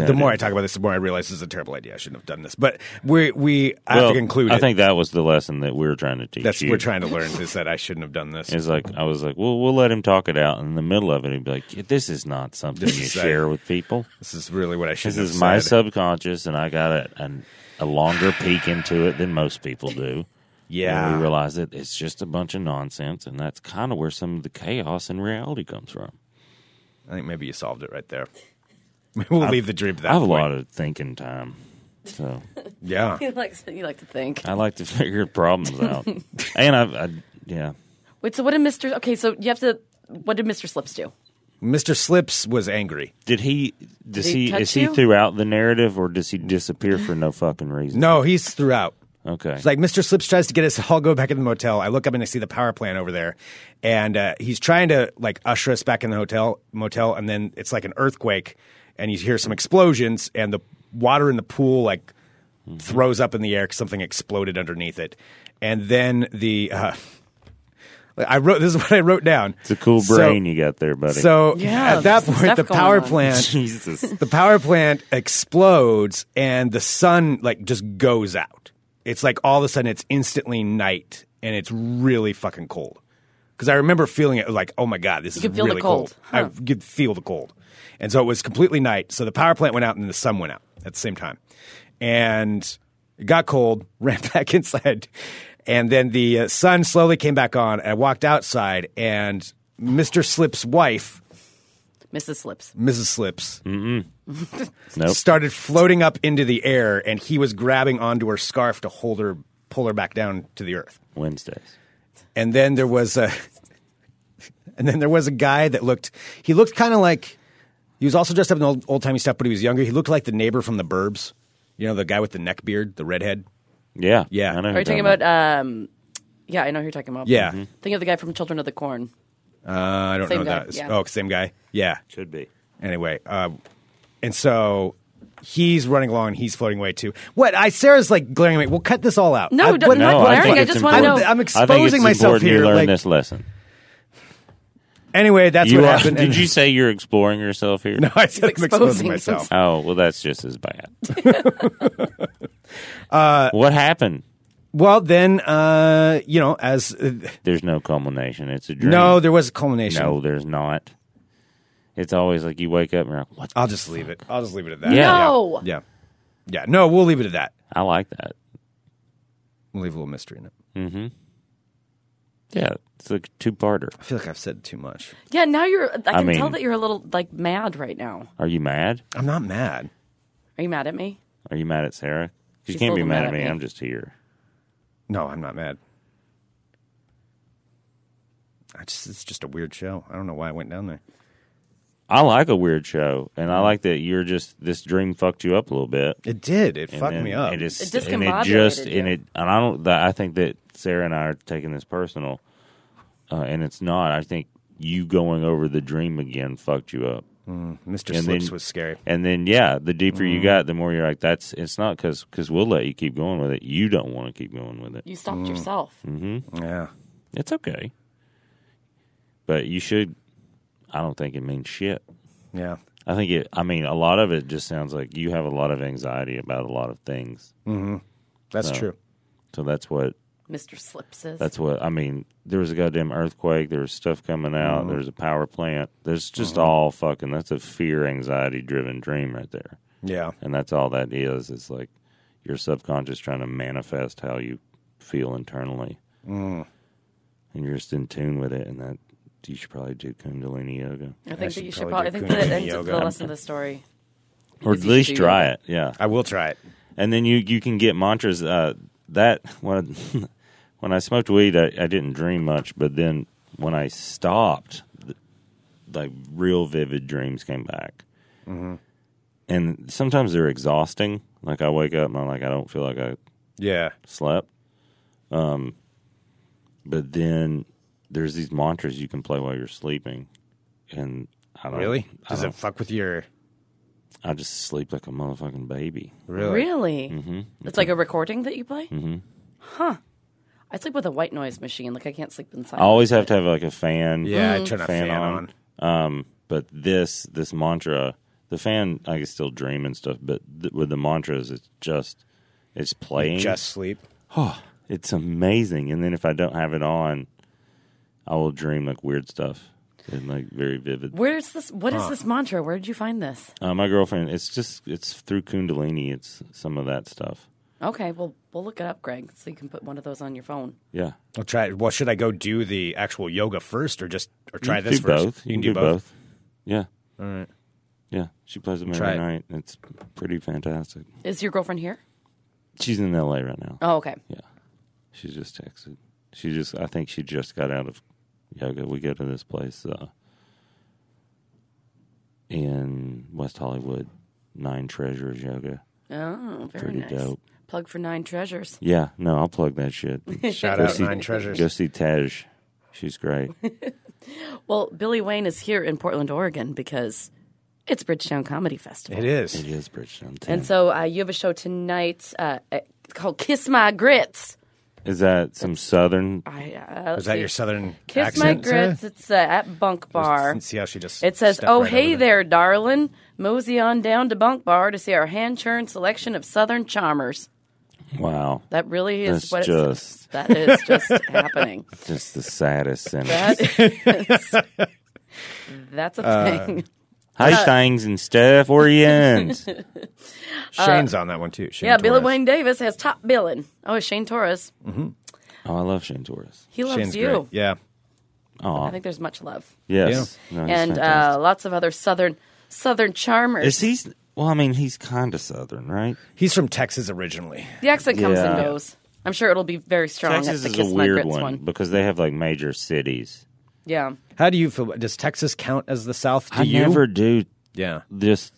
[SPEAKER 1] the more I talk about this, the more I realize this is a terrible idea. I shouldn't have done this, but we we I have to conclude.
[SPEAKER 4] I
[SPEAKER 1] it.
[SPEAKER 4] think that was the lesson that we were trying to teach
[SPEAKER 1] That's
[SPEAKER 4] you.
[SPEAKER 1] we're trying to learn is that I shouldn't have done this.
[SPEAKER 4] It's like I was like, well, we'll let him talk it out. And in the middle of it, he'd be like, "Yeah, "This is not something
[SPEAKER 1] This
[SPEAKER 4] you
[SPEAKER 1] is sad.
[SPEAKER 4] share with people.
[SPEAKER 1] This is really what I should.
[SPEAKER 4] This
[SPEAKER 1] have
[SPEAKER 4] is my
[SPEAKER 1] said.
[SPEAKER 4] subconscious, and I got a, an, a longer peek into it than most people do."
[SPEAKER 1] Yeah.
[SPEAKER 4] and we realize that it's just a bunch of nonsense, and that's kind of where some of the chaos and reality comes from.
[SPEAKER 1] I think maybe you solved it right there. we'll leave the dream to that.
[SPEAKER 4] I have a
[SPEAKER 1] point.
[SPEAKER 4] lot of thinking time, so
[SPEAKER 1] Yeah.
[SPEAKER 2] you, like, you like to think.
[SPEAKER 4] I like to figure problems out. and I, I, yeah,
[SPEAKER 2] Wait, so what did Mr. Okay, so you have to. What did Mr. Slips do?
[SPEAKER 1] Mr. Slips was angry.
[SPEAKER 4] did he? Does
[SPEAKER 2] Did he
[SPEAKER 4] he?
[SPEAKER 2] touch
[SPEAKER 4] Is he
[SPEAKER 2] you?
[SPEAKER 4] throughout the narrative, or does he disappear for no fucking reason?
[SPEAKER 1] No, he's throughout.
[SPEAKER 4] Okay.
[SPEAKER 1] It's like Mr. Slips tries to get us to all go back in the motel. I look up and I see the power plant over there, and uh, he's trying to like usher us back in the hotel motel. And then it's like an earthquake, and you hear some explosions, and the water in the pool like
[SPEAKER 4] Mm-hmm.
[SPEAKER 1] throws up in the air 'cause something exploded underneath it. And then the uh, I wrote this is what I wrote down.
[SPEAKER 4] It's a cool
[SPEAKER 1] So-
[SPEAKER 4] brain you got there, buddy.
[SPEAKER 1] So
[SPEAKER 2] Yeah,
[SPEAKER 1] at that
[SPEAKER 2] there's some
[SPEAKER 1] point,
[SPEAKER 2] stuff
[SPEAKER 1] the
[SPEAKER 2] going
[SPEAKER 1] power
[SPEAKER 2] on.
[SPEAKER 1] plant
[SPEAKER 4] Jesus.
[SPEAKER 1] the power plant explodes and the sun like just goes out. It's like all of a sudden it's instantly night and it's really fucking cold. Because I remember feeling it like, oh my god, this is
[SPEAKER 2] could feel the
[SPEAKER 1] really
[SPEAKER 2] cold, huh.
[SPEAKER 1] I could feel the cold, and so it was completely night. So the power plant went out and the sun went out at the same time, and it got cold. Ran back inside, and then the uh, sun slowly came back on. I walked outside, and Mister Slip's wife,
[SPEAKER 2] Mrs. Slips.
[SPEAKER 1] Mrs. Slips,
[SPEAKER 4] Nope.
[SPEAKER 1] started floating up into the air, and he was grabbing onto her scarf to hold her, pull her back down to the earth.
[SPEAKER 4] Wednesdays.
[SPEAKER 1] And then there was a, and then there was a guy that looked. He looked kind of like he was also dressed up in old old timey stuff, but he was younger. He looked like the neighbor from the Burbs. You know, the guy with the neck beard, the redhead.
[SPEAKER 4] Yeah.
[SPEAKER 1] Yeah.
[SPEAKER 4] I know
[SPEAKER 1] Are
[SPEAKER 4] who
[SPEAKER 2] Are
[SPEAKER 4] you're
[SPEAKER 2] you talking about. Um, yeah, I know who you're talking about.
[SPEAKER 1] Yeah,
[SPEAKER 2] Think of the guy from Children of the Corn.
[SPEAKER 1] uh, I don't
[SPEAKER 2] Same
[SPEAKER 1] know
[SPEAKER 2] guy,
[SPEAKER 1] that.
[SPEAKER 2] yeah.
[SPEAKER 1] Oh, same guy. Yeah.
[SPEAKER 4] Should be.
[SPEAKER 1] Anyway, uh, and so. He's running along and he's floating away too. What? I Sarah's like glaring at me. We'll cut this all out.
[SPEAKER 2] No,
[SPEAKER 1] I-
[SPEAKER 2] don't-
[SPEAKER 1] what-
[SPEAKER 2] no,
[SPEAKER 1] what-
[SPEAKER 2] I
[SPEAKER 1] what-
[SPEAKER 2] think I
[SPEAKER 4] it's
[SPEAKER 2] just wanna
[SPEAKER 4] important.
[SPEAKER 2] know-
[SPEAKER 1] I'm
[SPEAKER 4] I think it's
[SPEAKER 1] exposing myself
[SPEAKER 4] important
[SPEAKER 1] here.
[SPEAKER 4] You learn
[SPEAKER 1] like-
[SPEAKER 4] this lesson.
[SPEAKER 1] Anyway, that's
[SPEAKER 4] You
[SPEAKER 1] what
[SPEAKER 4] are-
[SPEAKER 1] happened.
[SPEAKER 4] did you say you're exploring yourself here?
[SPEAKER 1] No, I said I'm exposing
[SPEAKER 2] exposing
[SPEAKER 1] myself.
[SPEAKER 4] Oh well, that's just as bad.
[SPEAKER 1] Uh,
[SPEAKER 4] what happened?
[SPEAKER 1] Well, then, uh, you know, as
[SPEAKER 4] There's no culmination. It's a dream.
[SPEAKER 1] no, there was a culmination.
[SPEAKER 4] no, there's not. It's always like you wake up and you're like, "What?"
[SPEAKER 1] I'll just leave it. I'll just leave it at that.
[SPEAKER 4] Yeah.
[SPEAKER 2] No!
[SPEAKER 1] yeah, yeah. No, we'll leave it at that.
[SPEAKER 4] I like that.
[SPEAKER 1] We'll leave a little mystery in it.
[SPEAKER 4] Yeah, it's like a two-parter.
[SPEAKER 1] I feel like I've said too much.
[SPEAKER 2] Yeah, now you're. I can
[SPEAKER 4] I mean-
[SPEAKER 2] tell that you're a little like mad right now.
[SPEAKER 4] Are you mad?
[SPEAKER 1] I'm not mad.
[SPEAKER 2] Are you mad at me?
[SPEAKER 4] Are you mad at Sarah? 'Cause
[SPEAKER 2] She's
[SPEAKER 4] You
[SPEAKER 2] a
[SPEAKER 4] can't be
[SPEAKER 2] little
[SPEAKER 4] mad at me. I'm just here.
[SPEAKER 1] No, I'm not mad. I just it's just a weird show. I don't know why I went down there.
[SPEAKER 4] I like a weird show, and I like that you're just this dream fucked you up a little bit.
[SPEAKER 1] It did. It
[SPEAKER 4] and
[SPEAKER 1] fucked
[SPEAKER 4] then
[SPEAKER 1] me up.
[SPEAKER 4] It is,
[SPEAKER 2] It
[SPEAKER 4] and it
[SPEAKER 2] discombobulated
[SPEAKER 4] just
[SPEAKER 2] you.
[SPEAKER 4] and it and I don't. That, I think that Sarah and I are taking this personal, uh, and it's not. I think you going over the dream again fucked you up.
[SPEAKER 1] Mr. Slips
[SPEAKER 4] And then-
[SPEAKER 1] was scary.
[SPEAKER 4] And then yeah, the deeper
[SPEAKER 1] Mm-hmm.
[SPEAKER 4] you got, the more you're like, that's it's not because we'll let you keep going with it. You don't want to keep going with it.
[SPEAKER 2] You stopped yourself.
[SPEAKER 1] Yeah.
[SPEAKER 4] It's okay, but you should. I don't think it means shit.
[SPEAKER 1] Yeah.
[SPEAKER 4] I think it. I mean, a lot of it just sounds like you have a lot of anxiety about a lot of things.
[SPEAKER 1] That's true.
[SPEAKER 4] So that's what.
[SPEAKER 2] Mr. Slip says.
[SPEAKER 4] That's what. I mean, there was a goddamn earthquake. There was stuff coming out. There's a power plant. There's just all fucking. That's a fear, anxiety driven dream right there.
[SPEAKER 1] Yeah.
[SPEAKER 4] And that's all that is. It's like your subconscious trying to manifest how you feel internally. And you're just in tune with it. And that you should probably do Kundalini yoga.
[SPEAKER 2] I think that
[SPEAKER 1] should
[SPEAKER 2] you should
[SPEAKER 1] probably
[SPEAKER 2] probably.
[SPEAKER 1] do
[SPEAKER 2] I think
[SPEAKER 1] Kundalini
[SPEAKER 2] that ends up
[SPEAKER 1] yoga.
[SPEAKER 2] the lesson of the story.
[SPEAKER 4] Or
[SPEAKER 2] Is
[SPEAKER 4] at
[SPEAKER 2] you
[SPEAKER 4] least
[SPEAKER 2] should do
[SPEAKER 4] try
[SPEAKER 2] yoga.
[SPEAKER 4] it. Yeah.
[SPEAKER 1] I will try it.
[SPEAKER 4] And then you, you can get mantras. Uh, that when when I smoked weed, I, I didn't dream much. But then when I stopped, th- like real vivid dreams came back.
[SPEAKER 1] Mm-hmm.
[SPEAKER 4] And sometimes they're exhausting. Like I wake up and I'm like, I don't feel like I
[SPEAKER 1] Yeah.
[SPEAKER 4] slept. Um, but then there's these mantras you can play while you're sleeping, and I don't
[SPEAKER 1] Really?
[SPEAKER 4] I,
[SPEAKER 1] Does
[SPEAKER 4] don't-
[SPEAKER 1] it fuck with your
[SPEAKER 4] I just sleep like a motherfucking baby.
[SPEAKER 1] really?
[SPEAKER 2] Mm-hmm. It's like a recording that you play. Mm-hmm. Huh. I sleep with a white noise machine. Like I can't sleep inside.
[SPEAKER 4] I always have to have like a fan.
[SPEAKER 1] Yeah, I turn a fan, on.
[SPEAKER 4] Um, but this this mantra, the fan, I can still dream and stuff. But th- with the mantras, it's just it's playing.
[SPEAKER 1] Just sleep.
[SPEAKER 4] it's amazing. And then if I don't have it on, I will dream like weird stuff and like very vivid.
[SPEAKER 2] Where's this? What is this mantra? Where did you find this?
[SPEAKER 4] Uh, my girlfriend, it's just it's through Kundalini. It's some of that stuff.
[SPEAKER 2] Okay, well we'll look it up, Greg, so you can put one of those on your phone.
[SPEAKER 4] Yeah,
[SPEAKER 1] I'll try it. Well, should I go do the actual yoga first or just or try
[SPEAKER 4] you can
[SPEAKER 1] this
[SPEAKER 4] do
[SPEAKER 1] first?
[SPEAKER 4] both. You can do both. Yeah. All right. Yeah, she plays them every
[SPEAKER 1] Try it.
[SPEAKER 4] night. It's pretty fantastic.
[SPEAKER 2] Is your girlfriend here?
[SPEAKER 4] She's in L.A. right now.
[SPEAKER 2] Oh, okay.
[SPEAKER 4] Yeah. She just texted. She just I think she just got out of yoga. We go to this place uh in West Hollywood, Nine Treasures Yoga.
[SPEAKER 2] Oh, very
[SPEAKER 4] Pretty
[SPEAKER 2] nice.
[SPEAKER 4] dope.
[SPEAKER 2] Plug for nine treasures.
[SPEAKER 4] Yeah, no, I'll plug that shit.
[SPEAKER 1] Shout out Nine Treasures.
[SPEAKER 4] go see Tej. She's great.
[SPEAKER 2] Well, Billy Wayne is here in Portland, Oregon, because it's Bridgetown Comedy Festival.
[SPEAKER 1] It is.
[SPEAKER 4] It is Bridgetown.
[SPEAKER 2] And so uh, you have a show tonight uh, uh, called Kiss My Grits.
[SPEAKER 4] Is that some southern
[SPEAKER 2] I, uh,
[SPEAKER 1] Is that your southern
[SPEAKER 2] Kiss
[SPEAKER 1] accent?
[SPEAKER 2] My Grits. It's uh, at Bunk Bar.
[SPEAKER 1] Let's See how she just.
[SPEAKER 2] It says,
[SPEAKER 1] stepped
[SPEAKER 2] "Oh
[SPEAKER 1] right
[SPEAKER 2] hey
[SPEAKER 1] over the-
[SPEAKER 2] there, darling, mosey on down to Bunk Bar to see our hand churned selection of Southern charmers."
[SPEAKER 4] Wow.
[SPEAKER 2] That really is
[SPEAKER 4] That's
[SPEAKER 2] what it's
[SPEAKER 4] just-
[SPEAKER 2] that is just happening.
[SPEAKER 4] Just the saddest sentence.
[SPEAKER 2] That is, that's a
[SPEAKER 1] Uh,
[SPEAKER 2] thing.
[SPEAKER 4] Hi things and stuff. Where you in?
[SPEAKER 1] Shane's on that one too. Shane
[SPEAKER 2] Uh, Yeah, Billy
[SPEAKER 1] Torres.
[SPEAKER 2] Wayne Davis has top billing. Oh, it's Shane Torres.
[SPEAKER 4] Oh, I love Shane Torres.
[SPEAKER 2] He loves
[SPEAKER 1] Shane's
[SPEAKER 2] you.
[SPEAKER 1] great. Yeah.
[SPEAKER 2] I think there's much love
[SPEAKER 4] Yes. No, he's
[SPEAKER 2] and
[SPEAKER 4] Oh, fantastic.
[SPEAKER 2] uh, lots of other Southern Southern charmers.
[SPEAKER 4] Is he? Well, I mean, he's kind of southern, right?
[SPEAKER 1] He's from Texas originally.
[SPEAKER 2] the accent comes and
[SPEAKER 4] Yeah.
[SPEAKER 2] goes. I'm sure it'll be very strong
[SPEAKER 4] Texas
[SPEAKER 2] at
[SPEAKER 4] is
[SPEAKER 2] the
[SPEAKER 4] a
[SPEAKER 2] Kiss My
[SPEAKER 4] weird
[SPEAKER 2] Grits
[SPEAKER 4] one,
[SPEAKER 2] one.
[SPEAKER 4] because they have like major cities.
[SPEAKER 2] Yeah,
[SPEAKER 1] How do you feel? Does Texas count as the South? Do
[SPEAKER 4] I
[SPEAKER 1] you?
[SPEAKER 4] never do
[SPEAKER 1] Yeah.
[SPEAKER 4] this.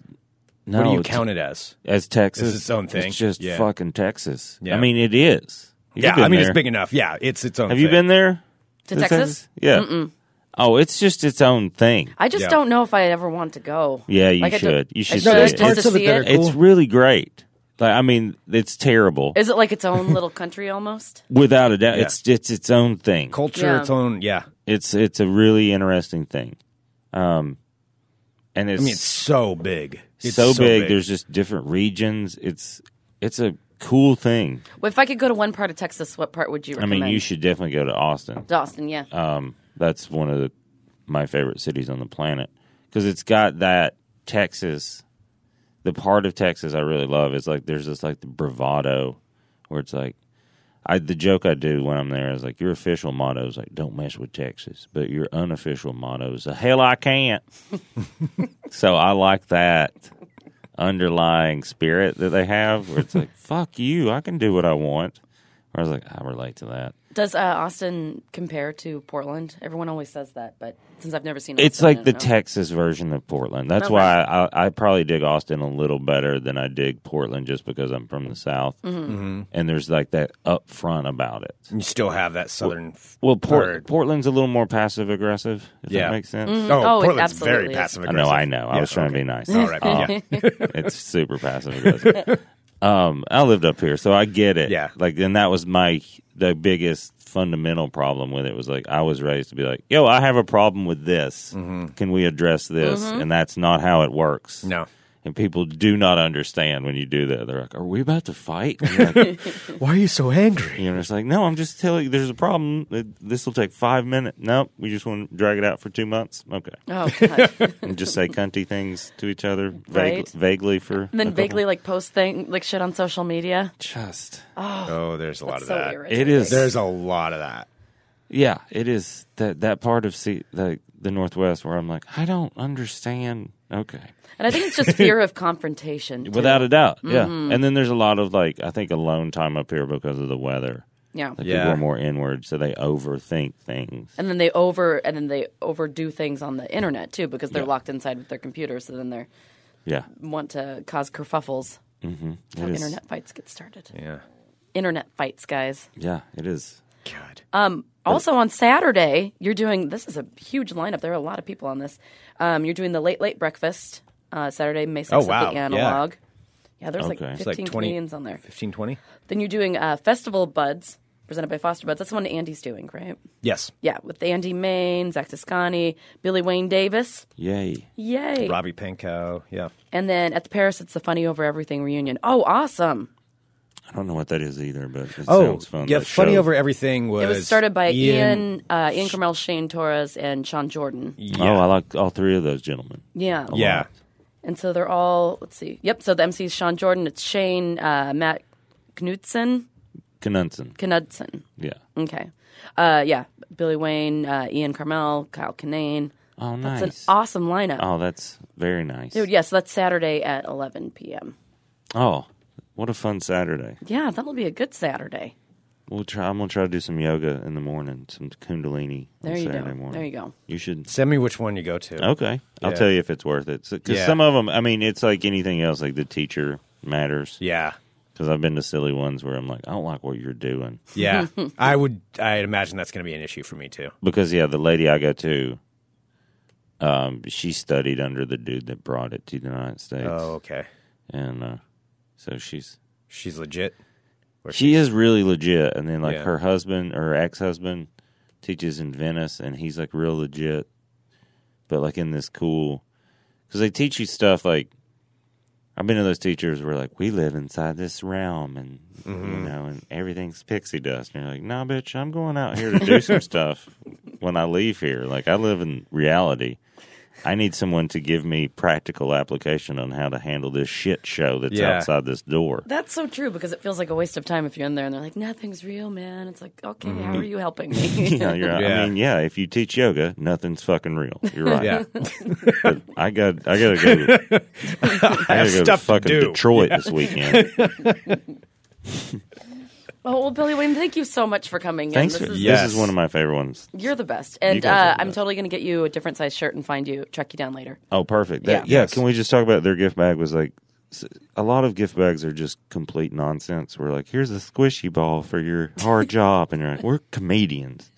[SPEAKER 4] No,
[SPEAKER 1] What do you
[SPEAKER 4] it's-
[SPEAKER 1] count it as?
[SPEAKER 4] as Texas?
[SPEAKER 1] It's its own thing.
[SPEAKER 4] It's just
[SPEAKER 1] Yeah.
[SPEAKER 4] fucking Texas.
[SPEAKER 1] Yeah.
[SPEAKER 4] I mean, it is. You've
[SPEAKER 1] Yeah,
[SPEAKER 4] been
[SPEAKER 1] I mean
[SPEAKER 4] there.
[SPEAKER 1] it's big enough. Yeah, it's its own.
[SPEAKER 4] Have you
[SPEAKER 1] thing.
[SPEAKER 4] been there
[SPEAKER 2] to Texas.
[SPEAKER 4] Yeah. Oh, it's just its own thing.
[SPEAKER 2] I just
[SPEAKER 1] Yeah.
[SPEAKER 2] don't know if I ever want to go.
[SPEAKER 4] Yeah, you
[SPEAKER 2] Like, I don't-
[SPEAKER 4] should. You
[SPEAKER 2] I
[SPEAKER 4] should.
[SPEAKER 2] No,
[SPEAKER 4] see
[SPEAKER 2] there's
[SPEAKER 4] it.
[SPEAKER 2] parts
[SPEAKER 4] It's,
[SPEAKER 2] of it that are
[SPEAKER 4] it's really great. Like, I mean, it's terrible
[SPEAKER 2] Is it like its own little country almost?
[SPEAKER 4] without a doubt. It's it's its own thing.
[SPEAKER 1] culture
[SPEAKER 2] Yeah.
[SPEAKER 1] its own. Yeah,
[SPEAKER 4] It's it's a really interesting thing. Um, and it's
[SPEAKER 1] I mean it's so big. It's
[SPEAKER 4] so, big, There's just different regions. It's it's a cool thing.
[SPEAKER 2] Well, if I could go to one part of Texas, what part would you
[SPEAKER 4] I
[SPEAKER 2] recommend?
[SPEAKER 4] mean, you should definitely go to Austin.
[SPEAKER 2] To Austin, yeah.
[SPEAKER 4] Um, that's one of the, my favorite cities on the planet because it's got that Texas. The part of Texas I really love is like there's this like the bravado, where it's like, I the joke I do when I'm there is like your official motto is like don't mess with Texas, but your unofficial motto is the hell I can't. so I like that underlying spirit that they have where it's like fuck you, I can do what I want. Where I was like I relate to that.
[SPEAKER 2] Does uh, Austin compare to Portland? Everyone always says that, but since I've never seen it,
[SPEAKER 4] It's like the Texas version of Portland. That's
[SPEAKER 2] Okay.
[SPEAKER 4] why I, I probably dig Austin a little better than I dig Portland, just because I'm from the South, and there's like that upfront about it.
[SPEAKER 1] you still have that southern.
[SPEAKER 4] Well, Port,
[SPEAKER 1] Word.
[SPEAKER 4] Portland's a little more passive aggressive. If
[SPEAKER 1] Yeah.
[SPEAKER 4] that makes sense.
[SPEAKER 1] Oh,
[SPEAKER 2] Oh, it
[SPEAKER 1] Portland's
[SPEAKER 2] absolutely
[SPEAKER 1] very
[SPEAKER 2] is.
[SPEAKER 1] passive
[SPEAKER 4] I
[SPEAKER 1] aggressive.
[SPEAKER 4] know, I know. I was trying to be nice.
[SPEAKER 1] All right, yeah.
[SPEAKER 4] It's super passive aggressive. Um, I lived up here, so I get it.
[SPEAKER 1] Yeah.
[SPEAKER 4] Like, and that was my the biggest fundamental problem with it was like I was raised to be like, yo, I have a problem with this. Can we address this? And that's not how it works.
[SPEAKER 1] Mm-hmm. No.
[SPEAKER 4] And people do not understand when you do that. They're like, "Are we about to fight?" And you're like,
[SPEAKER 1] Why are you so angry?
[SPEAKER 4] you know, it's like, "No, I'm just telling you. There's a problem. This will take five minutes. No, we just want to drag it out for two months. Okay,
[SPEAKER 2] Oh, God. and
[SPEAKER 4] and just say cunty things to each other vague,
[SPEAKER 2] Right.
[SPEAKER 4] vaguely for a
[SPEAKER 2] then
[SPEAKER 4] couple-
[SPEAKER 2] vaguely like post thing like shit on social media.
[SPEAKER 4] just
[SPEAKER 1] Oh, there's a lot of
[SPEAKER 2] so
[SPEAKER 1] that.
[SPEAKER 2] irritating.
[SPEAKER 4] it is
[SPEAKER 1] There's a lot of that.
[SPEAKER 4] Yeah, it is that that part of see the the Northwest where I'm like, I don't understand. Okay,
[SPEAKER 2] And I think it's just fear of confrontation. too.
[SPEAKER 4] without a doubt, yeah.
[SPEAKER 2] Mm-hmm.
[SPEAKER 4] And then there's a lot of like, I think alone time up here because of the weather.
[SPEAKER 2] yeah.
[SPEAKER 4] Like
[SPEAKER 1] Yeah.
[SPEAKER 4] people are more inward, so they overthink things.
[SPEAKER 2] And then they over and then they overdo things on the internet too because they're locked inside with their computer. So then they
[SPEAKER 4] Yeah,
[SPEAKER 2] want to cause kerfuffles. Mm-hmm. How
[SPEAKER 4] It is.
[SPEAKER 2] internet fights get started.
[SPEAKER 1] Yeah.
[SPEAKER 2] Internet fights, guys.
[SPEAKER 4] yeah, it is.
[SPEAKER 1] God.
[SPEAKER 2] Uh, Also on Saturday, you're doing this is a huge lineup. There are a lot of people on this. Um, you're doing the late late breakfast uh, Saturday, May 6th
[SPEAKER 1] Oh,
[SPEAKER 2] at
[SPEAKER 1] wow.
[SPEAKER 2] the
[SPEAKER 1] Yeah.
[SPEAKER 2] Analog. Yeah, there's
[SPEAKER 4] Okay.
[SPEAKER 2] like
[SPEAKER 4] It's
[SPEAKER 2] 15
[SPEAKER 1] like 20
[SPEAKER 2] comedians on there.
[SPEAKER 1] 1520?
[SPEAKER 2] Then you're doing uh, Festival Buds presented by Foster Buds. That's the one Andy's doing, right?
[SPEAKER 1] Yes.
[SPEAKER 2] Yeah, with Andy Main, Zach Toscani, Billy Wayne Davis.
[SPEAKER 4] Yay!
[SPEAKER 2] Yay!
[SPEAKER 1] Robbie Pinko. Yeah.
[SPEAKER 2] And then at the Paris, it's the Funny Over Everything reunion. Oh, awesome!
[SPEAKER 4] I don't know what that is either, but it
[SPEAKER 1] Oh,
[SPEAKER 4] sounds fun.
[SPEAKER 1] yeah.
[SPEAKER 4] That
[SPEAKER 1] Funny
[SPEAKER 4] show-
[SPEAKER 1] over everything was.
[SPEAKER 2] It was started by Ian, uh, Ian Carmel, Shane Torres, and Sean Jordan.
[SPEAKER 4] Oh, I like all three of those gentlemen.
[SPEAKER 2] Yeah,
[SPEAKER 1] Yeah.
[SPEAKER 2] And so they're all, let's see. Yep, so the MC is Sean Jordan, it's Shane, uh, Matt Knudsen,
[SPEAKER 4] Knudsen.
[SPEAKER 2] Knudsen.
[SPEAKER 4] Yeah.
[SPEAKER 2] Okay. Uh, yeah, Billy Wayne, uh, Ian Carmel, Kyle Kinane.
[SPEAKER 4] Oh,
[SPEAKER 2] That's
[SPEAKER 4] nice.
[SPEAKER 2] an awesome lineup.
[SPEAKER 4] oh, that's very nice.
[SPEAKER 2] Dude, yeah, so that's Saturday at 11 p.m.
[SPEAKER 4] Oh, what a fun Saturday.
[SPEAKER 2] Yeah, that'll be a good Saturday.
[SPEAKER 4] We'll try. I'm gonna try to do some yoga in the morning, some kundalini
[SPEAKER 2] There
[SPEAKER 4] on
[SPEAKER 2] you
[SPEAKER 4] Saturday
[SPEAKER 2] go.
[SPEAKER 4] morning.
[SPEAKER 2] There you go.
[SPEAKER 4] You should.
[SPEAKER 1] Send me which one you go to.
[SPEAKER 4] Okay, I'll
[SPEAKER 1] Yeah.
[SPEAKER 4] tell you if it's worth it. Because
[SPEAKER 1] Yeah.
[SPEAKER 4] some of them, I mean, it's like anything else. Like the teacher matters.
[SPEAKER 1] Yeah.
[SPEAKER 4] Because I've been to silly ones where I'm like, I don't like what you're doing.
[SPEAKER 1] Yeah. I would, I imagine that's going to be an issue for me too.
[SPEAKER 4] Because yeah, the lady I go to, um, she studied under the dude that brought it to the United States,
[SPEAKER 1] Oh, okay.
[SPEAKER 4] and uh, so she's
[SPEAKER 1] She's legit.
[SPEAKER 4] She is really legit. And then like
[SPEAKER 1] Yeah.
[SPEAKER 4] her husband or her ex husband teaches in Venice, and he's like real legit, but like in this cool because they teach you stuff like I've been to those teachers where like we live inside this realm, and you
[SPEAKER 1] Mm-hmm.
[SPEAKER 4] know, and everything's pixie dust, and you're like, nah, bitch, I'm going out here to do some stuff when I leave here. Like I live in reality. I need someone to give me practical application on how to handle this shit show that's
[SPEAKER 1] Yeah.
[SPEAKER 4] outside this door.
[SPEAKER 2] That's so true because it feels like a waste of time if you're in there and they're like, nothing's real, man. It's like, okay, how
[SPEAKER 4] Mm-hmm.
[SPEAKER 2] are you helping me?
[SPEAKER 4] No, you're right. I
[SPEAKER 1] Yeah.
[SPEAKER 4] mean, yeah, if you teach yoga, nothing's fucking real. You're right.
[SPEAKER 1] Yeah.
[SPEAKER 4] But I got I gotta go I gotta
[SPEAKER 1] have
[SPEAKER 4] go
[SPEAKER 1] stuff
[SPEAKER 4] to
[SPEAKER 1] to
[SPEAKER 4] fucking
[SPEAKER 1] do.
[SPEAKER 4] Detroit this weekend.
[SPEAKER 2] Oh, well, well, Billy Wayne, thank you so much for coming.
[SPEAKER 4] Thanks
[SPEAKER 2] in.
[SPEAKER 4] for
[SPEAKER 2] This is,
[SPEAKER 4] this
[SPEAKER 1] Yes.
[SPEAKER 4] is one of my favorite ones.
[SPEAKER 2] You're the best. And
[SPEAKER 4] guys are
[SPEAKER 2] uh,
[SPEAKER 4] the
[SPEAKER 2] I'm
[SPEAKER 4] best.
[SPEAKER 2] totally going to get you a different size shirt and find you, track you down later.
[SPEAKER 4] Oh perfect. That-
[SPEAKER 2] Yeah.
[SPEAKER 4] yeah, can we just talk about their gift bag was like s- a lot of gift bags are just complete nonsense. We're like, here's a squishy ball for your hard job, and you're like, we're comedians.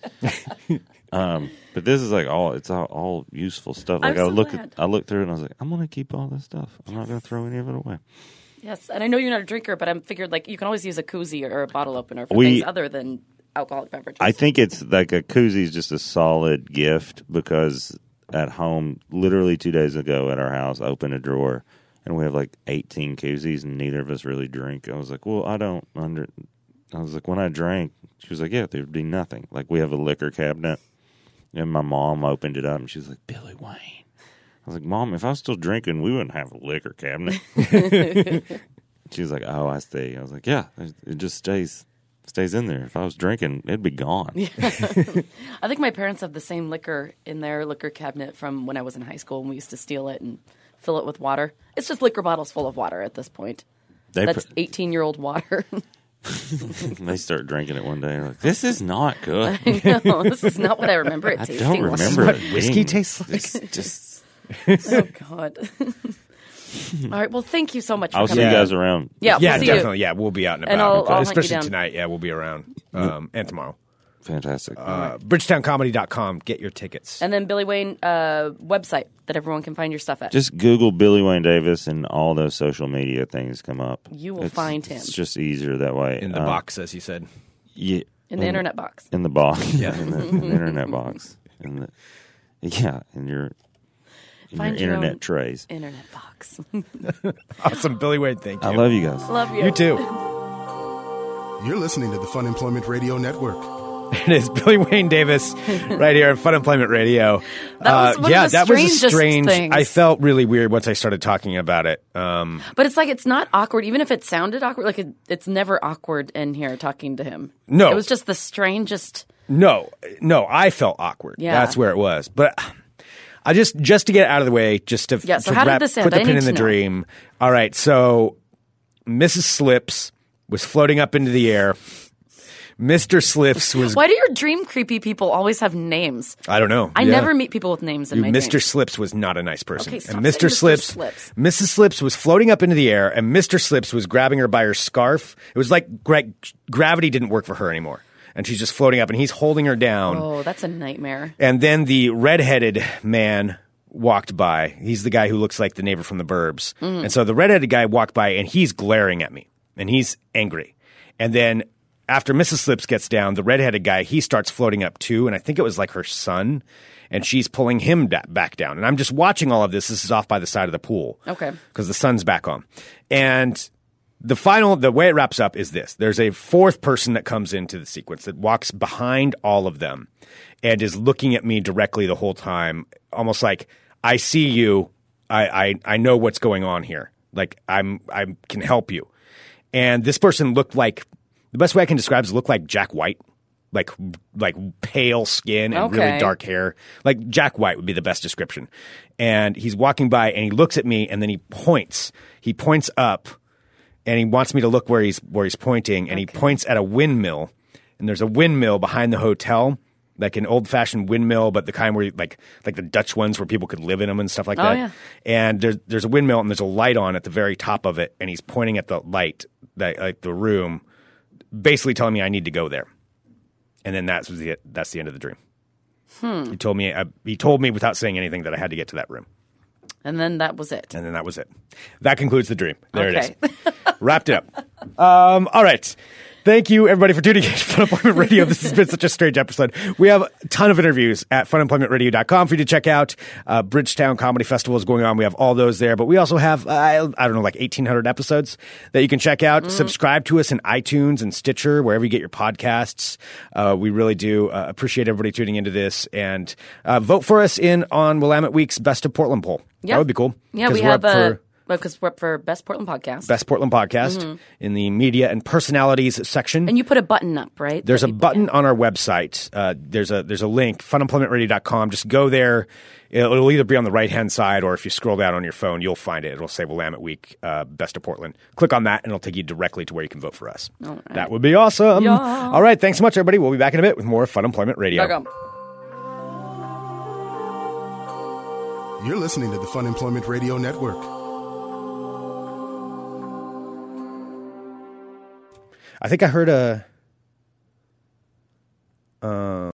[SPEAKER 4] um, but this is like all it's all, all useful stuff.
[SPEAKER 2] I'm
[SPEAKER 4] Like I
[SPEAKER 2] so
[SPEAKER 4] look
[SPEAKER 2] glad.
[SPEAKER 4] at I looked through it and I was like, I'm gonna keep all this stuff. I'm not gonna throw any of it away.
[SPEAKER 2] Yes. And I know you're not a drinker, but I'm figured like you can always use a koozie or a bottle opener for
[SPEAKER 4] We-
[SPEAKER 2] things other than alcoholic beverages.
[SPEAKER 4] I think it's like a koozie is just a solid gift because at home, literally two days ago at our house, I opened a drawer and we have like 18 koozies and neither of us really drink. I was like, well, I don't under. I was like, when I drank, she was like, yeah, there'd be nothing. Like we have a liquor cabinet and my mom opened it up and she was like, Billy Wayne. I was like, mom, if I was still drinking, we wouldn't have a liquor cabinet. She was like, "Oh, I see." I was like, "Yeah, it just stays stays in there. If I was drinking, it'd be gone."
[SPEAKER 2] I think my parents have the same liquor in their liquor cabinet from when I was in high school and we used to steal it and fill it with water. It's just liquor bottles full of water at this point.
[SPEAKER 4] They
[SPEAKER 2] That's
[SPEAKER 4] put-
[SPEAKER 2] 18 year old water.
[SPEAKER 4] they start drinking it one day. They're like, "This is not good.
[SPEAKER 2] no, this is not what I remember it
[SPEAKER 4] I
[SPEAKER 2] tasting.
[SPEAKER 4] don't
[SPEAKER 2] like.
[SPEAKER 4] remember
[SPEAKER 1] What
[SPEAKER 4] it
[SPEAKER 1] whiskey
[SPEAKER 4] being-
[SPEAKER 1] tastes like?
[SPEAKER 4] this just
[SPEAKER 2] Oh, God. All right. Well, thank you so much for
[SPEAKER 4] I'll see
[SPEAKER 2] coming.
[SPEAKER 4] you guys around.
[SPEAKER 2] Yeah, we'll
[SPEAKER 1] yeah,
[SPEAKER 2] see you.
[SPEAKER 1] definitely. Yeah, we'll be out and about,
[SPEAKER 2] And I'll- I'll hunt you
[SPEAKER 1] especially
[SPEAKER 2] down.
[SPEAKER 4] Mm-hmm.
[SPEAKER 1] tonight. Yeah, we'll be around um, and tomorrow.
[SPEAKER 4] Fantastic.
[SPEAKER 1] Uh, BridgetownComedy.com. Get your tickets.
[SPEAKER 2] And then Billy Wayne uh, website that everyone can find your stuff at.
[SPEAKER 4] just Google Billy Wayne Davis and all those social media things come up.
[SPEAKER 2] You will
[SPEAKER 4] It's-
[SPEAKER 2] find him.
[SPEAKER 4] It's just easier that way.
[SPEAKER 1] In the
[SPEAKER 4] Um,
[SPEAKER 1] box, as you said.
[SPEAKER 4] Yeah,
[SPEAKER 2] in the internet box.
[SPEAKER 4] In the box.
[SPEAKER 1] Yeah.
[SPEAKER 4] in, the, in the internet box. In the, yeah, in your, in your
[SPEAKER 2] Find your
[SPEAKER 4] internet
[SPEAKER 2] own-
[SPEAKER 4] trays.
[SPEAKER 2] Internet box.
[SPEAKER 1] Awesome, Billy Wayne. Thank you.
[SPEAKER 4] I love you guys.
[SPEAKER 2] Love you.
[SPEAKER 1] you too.
[SPEAKER 3] You're listening to the Fun Employment Radio Network.
[SPEAKER 1] It is Billy Wayne Davis right here on Fun Employment Radio. Uh,
[SPEAKER 2] That was one of
[SPEAKER 1] yeah,
[SPEAKER 2] the
[SPEAKER 1] that was a
[SPEAKER 2] strangest
[SPEAKER 1] strange.
[SPEAKER 2] things.
[SPEAKER 1] I felt really weird once I started talking about it. Um,
[SPEAKER 2] But it's like it's not awkward, even if it sounded awkward. Like it, it's never awkward in here talking to him.
[SPEAKER 1] No.
[SPEAKER 2] it was just the strangest.
[SPEAKER 1] no, no, I felt awkward.
[SPEAKER 2] Yeah.
[SPEAKER 1] that's where it was. But I just just to get it out of the way, just to
[SPEAKER 2] Yeah, so
[SPEAKER 1] to
[SPEAKER 2] how did
[SPEAKER 1] wrap-
[SPEAKER 2] this end?
[SPEAKER 1] Put the
[SPEAKER 2] I
[SPEAKER 1] pin
[SPEAKER 2] need
[SPEAKER 1] in
[SPEAKER 2] to
[SPEAKER 1] the
[SPEAKER 2] know.
[SPEAKER 1] dream. All right, so Mrs. Slips was floating up into the air. Mister Slips was
[SPEAKER 2] Why do your dream creepy people always have names?
[SPEAKER 1] I don't know.
[SPEAKER 2] I
[SPEAKER 1] Yeah.
[SPEAKER 2] never meet people with names in
[SPEAKER 1] Dude,
[SPEAKER 2] my
[SPEAKER 1] Mr.
[SPEAKER 2] dreams.
[SPEAKER 1] Slips was not a nice person.
[SPEAKER 2] Okay, stop
[SPEAKER 1] and
[SPEAKER 2] saying
[SPEAKER 1] Mr.
[SPEAKER 2] Mr.
[SPEAKER 1] Slips,
[SPEAKER 2] Slips.
[SPEAKER 1] Mrs. Slips was floating up into the air, and Mr. Slips was grabbing her by her scarf. It was like gra- gravity didn't work for her anymore, and she's just floating up, and he's holding her down.
[SPEAKER 2] Oh, that's a nightmare.
[SPEAKER 1] And then the redheaded man walked by. He's the guy who looks like the neighbor from the Burbs. And so the redheaded guy walked by, and he's glaring at me, and he's angry. And then after Mrs. Slips gets down, the redheaded guy he starts floating up too, and I think it was like her son, and she's pulling him da- back down. And I'm just watching all of this. This is off by the side of the pool,
[SPEAKER 2] Okay.
[SPEAKER 1] because the sun's back on, and the final the way it wraps up is this there's a fourth person that comes into the sequence that walks behind all of them and is looking at me directly the whole time almost like i see you i i, I know what's going on here like i'm i can help you and this person looked like the best way i can describe is looked like jack white like like pale skin and really
[SPEAKER 2] Okay.
[SPEAKER 1] dark hair. Like Jack White would be the best description. And he's walking by and he looks at me and then he points. He points up and he wants me to look where he's where he's pointing and he points at a windmill and there's a windmill behind the hotel. Like an old fashioned windmill, but the kind where you- like like the Dutch ones where people could live in them and stuff like
[SPEAKER 2] Oh,
[SPEAKER 1] that.
[SPEAKER 2] yeah.
[SPEAKER 1] And there's there's a windmill and there's a light on at the very top of it, and he's pointing at the light that like the room, basically telling me I need to go there and then that's the that's the end of the dream.
[SPEAKER 2] Hmm.
[SPEAKER 1] He told me I, he told me without saying anything that I had to get to that room,
[SPEAKER 2] And then that was it.
[SPEAKER 1] and then that was it. That concludes the dream. There
[SPEAKER 2] Okay.
[SPEAKER 1] it is, wrapped it up. Um, all right. Thank you, everybody, for tuning in to Fun Employment Radio. This has been such a strange episode. We have a ton of interviews at funemploymentradio.com for you to check out. Uh, Bridgetown Comedy Festival is going on. We have all those there, but we also have, uh, I don't know, like 1,800 episodes that you can check out. Subscribe to us in iTunes and Stitcher, wherever you get your podcasts. Uh, we really do uh, appreciate everybody tuning into this. And uh, vote for us in on Willamette Week's Best of Portland poll.
[SPEAKER 2] Yeah.
[SPEAKER 1] That would be cool.
[SPEAKER 2] Yeah,
[SPEAKER 1] 'cause
[SPEAKER 2] we
[SPEAKER 1] we're
[SPEAKER 2] have
[SPEAKER 1] up
[SPEAKER 2] a
[SPEAKER 1] for-
[SPEAKER 2] because we're up for best Portland podcast.
[SPEAKER 1] Best Portland podcast in the media and personalities section.
[SPEAKER 2] And you put a button up, right?
[SPEAKER 1] there's
[SPEAKER 2] That
[SPEAKER 1] a
[SPEAKER 2] people
[SPEAKER 1] button on our website. Uh, there's a there's a link funemploymentradio.com. Just go there. It'll, it'll either be on the right hand side or if you scroll down on your phone, you'll find it. It'll say Willamette Week, uh, Best of Portland. Click on that and it'll take you directly to where you can vote for us. That would be awesome.
[SPEAKER 2] Yeah.
[SPEAKER 1] All right, thanks so much, everybody. We'll be back in a bit with more Fun Employment Radio.
[SPEAKER 2] can- Dog 'em.
[SPEAKER 3] You're listening to the Fun Employment Radio Network.
[SPEAKER 1] I think I heard a.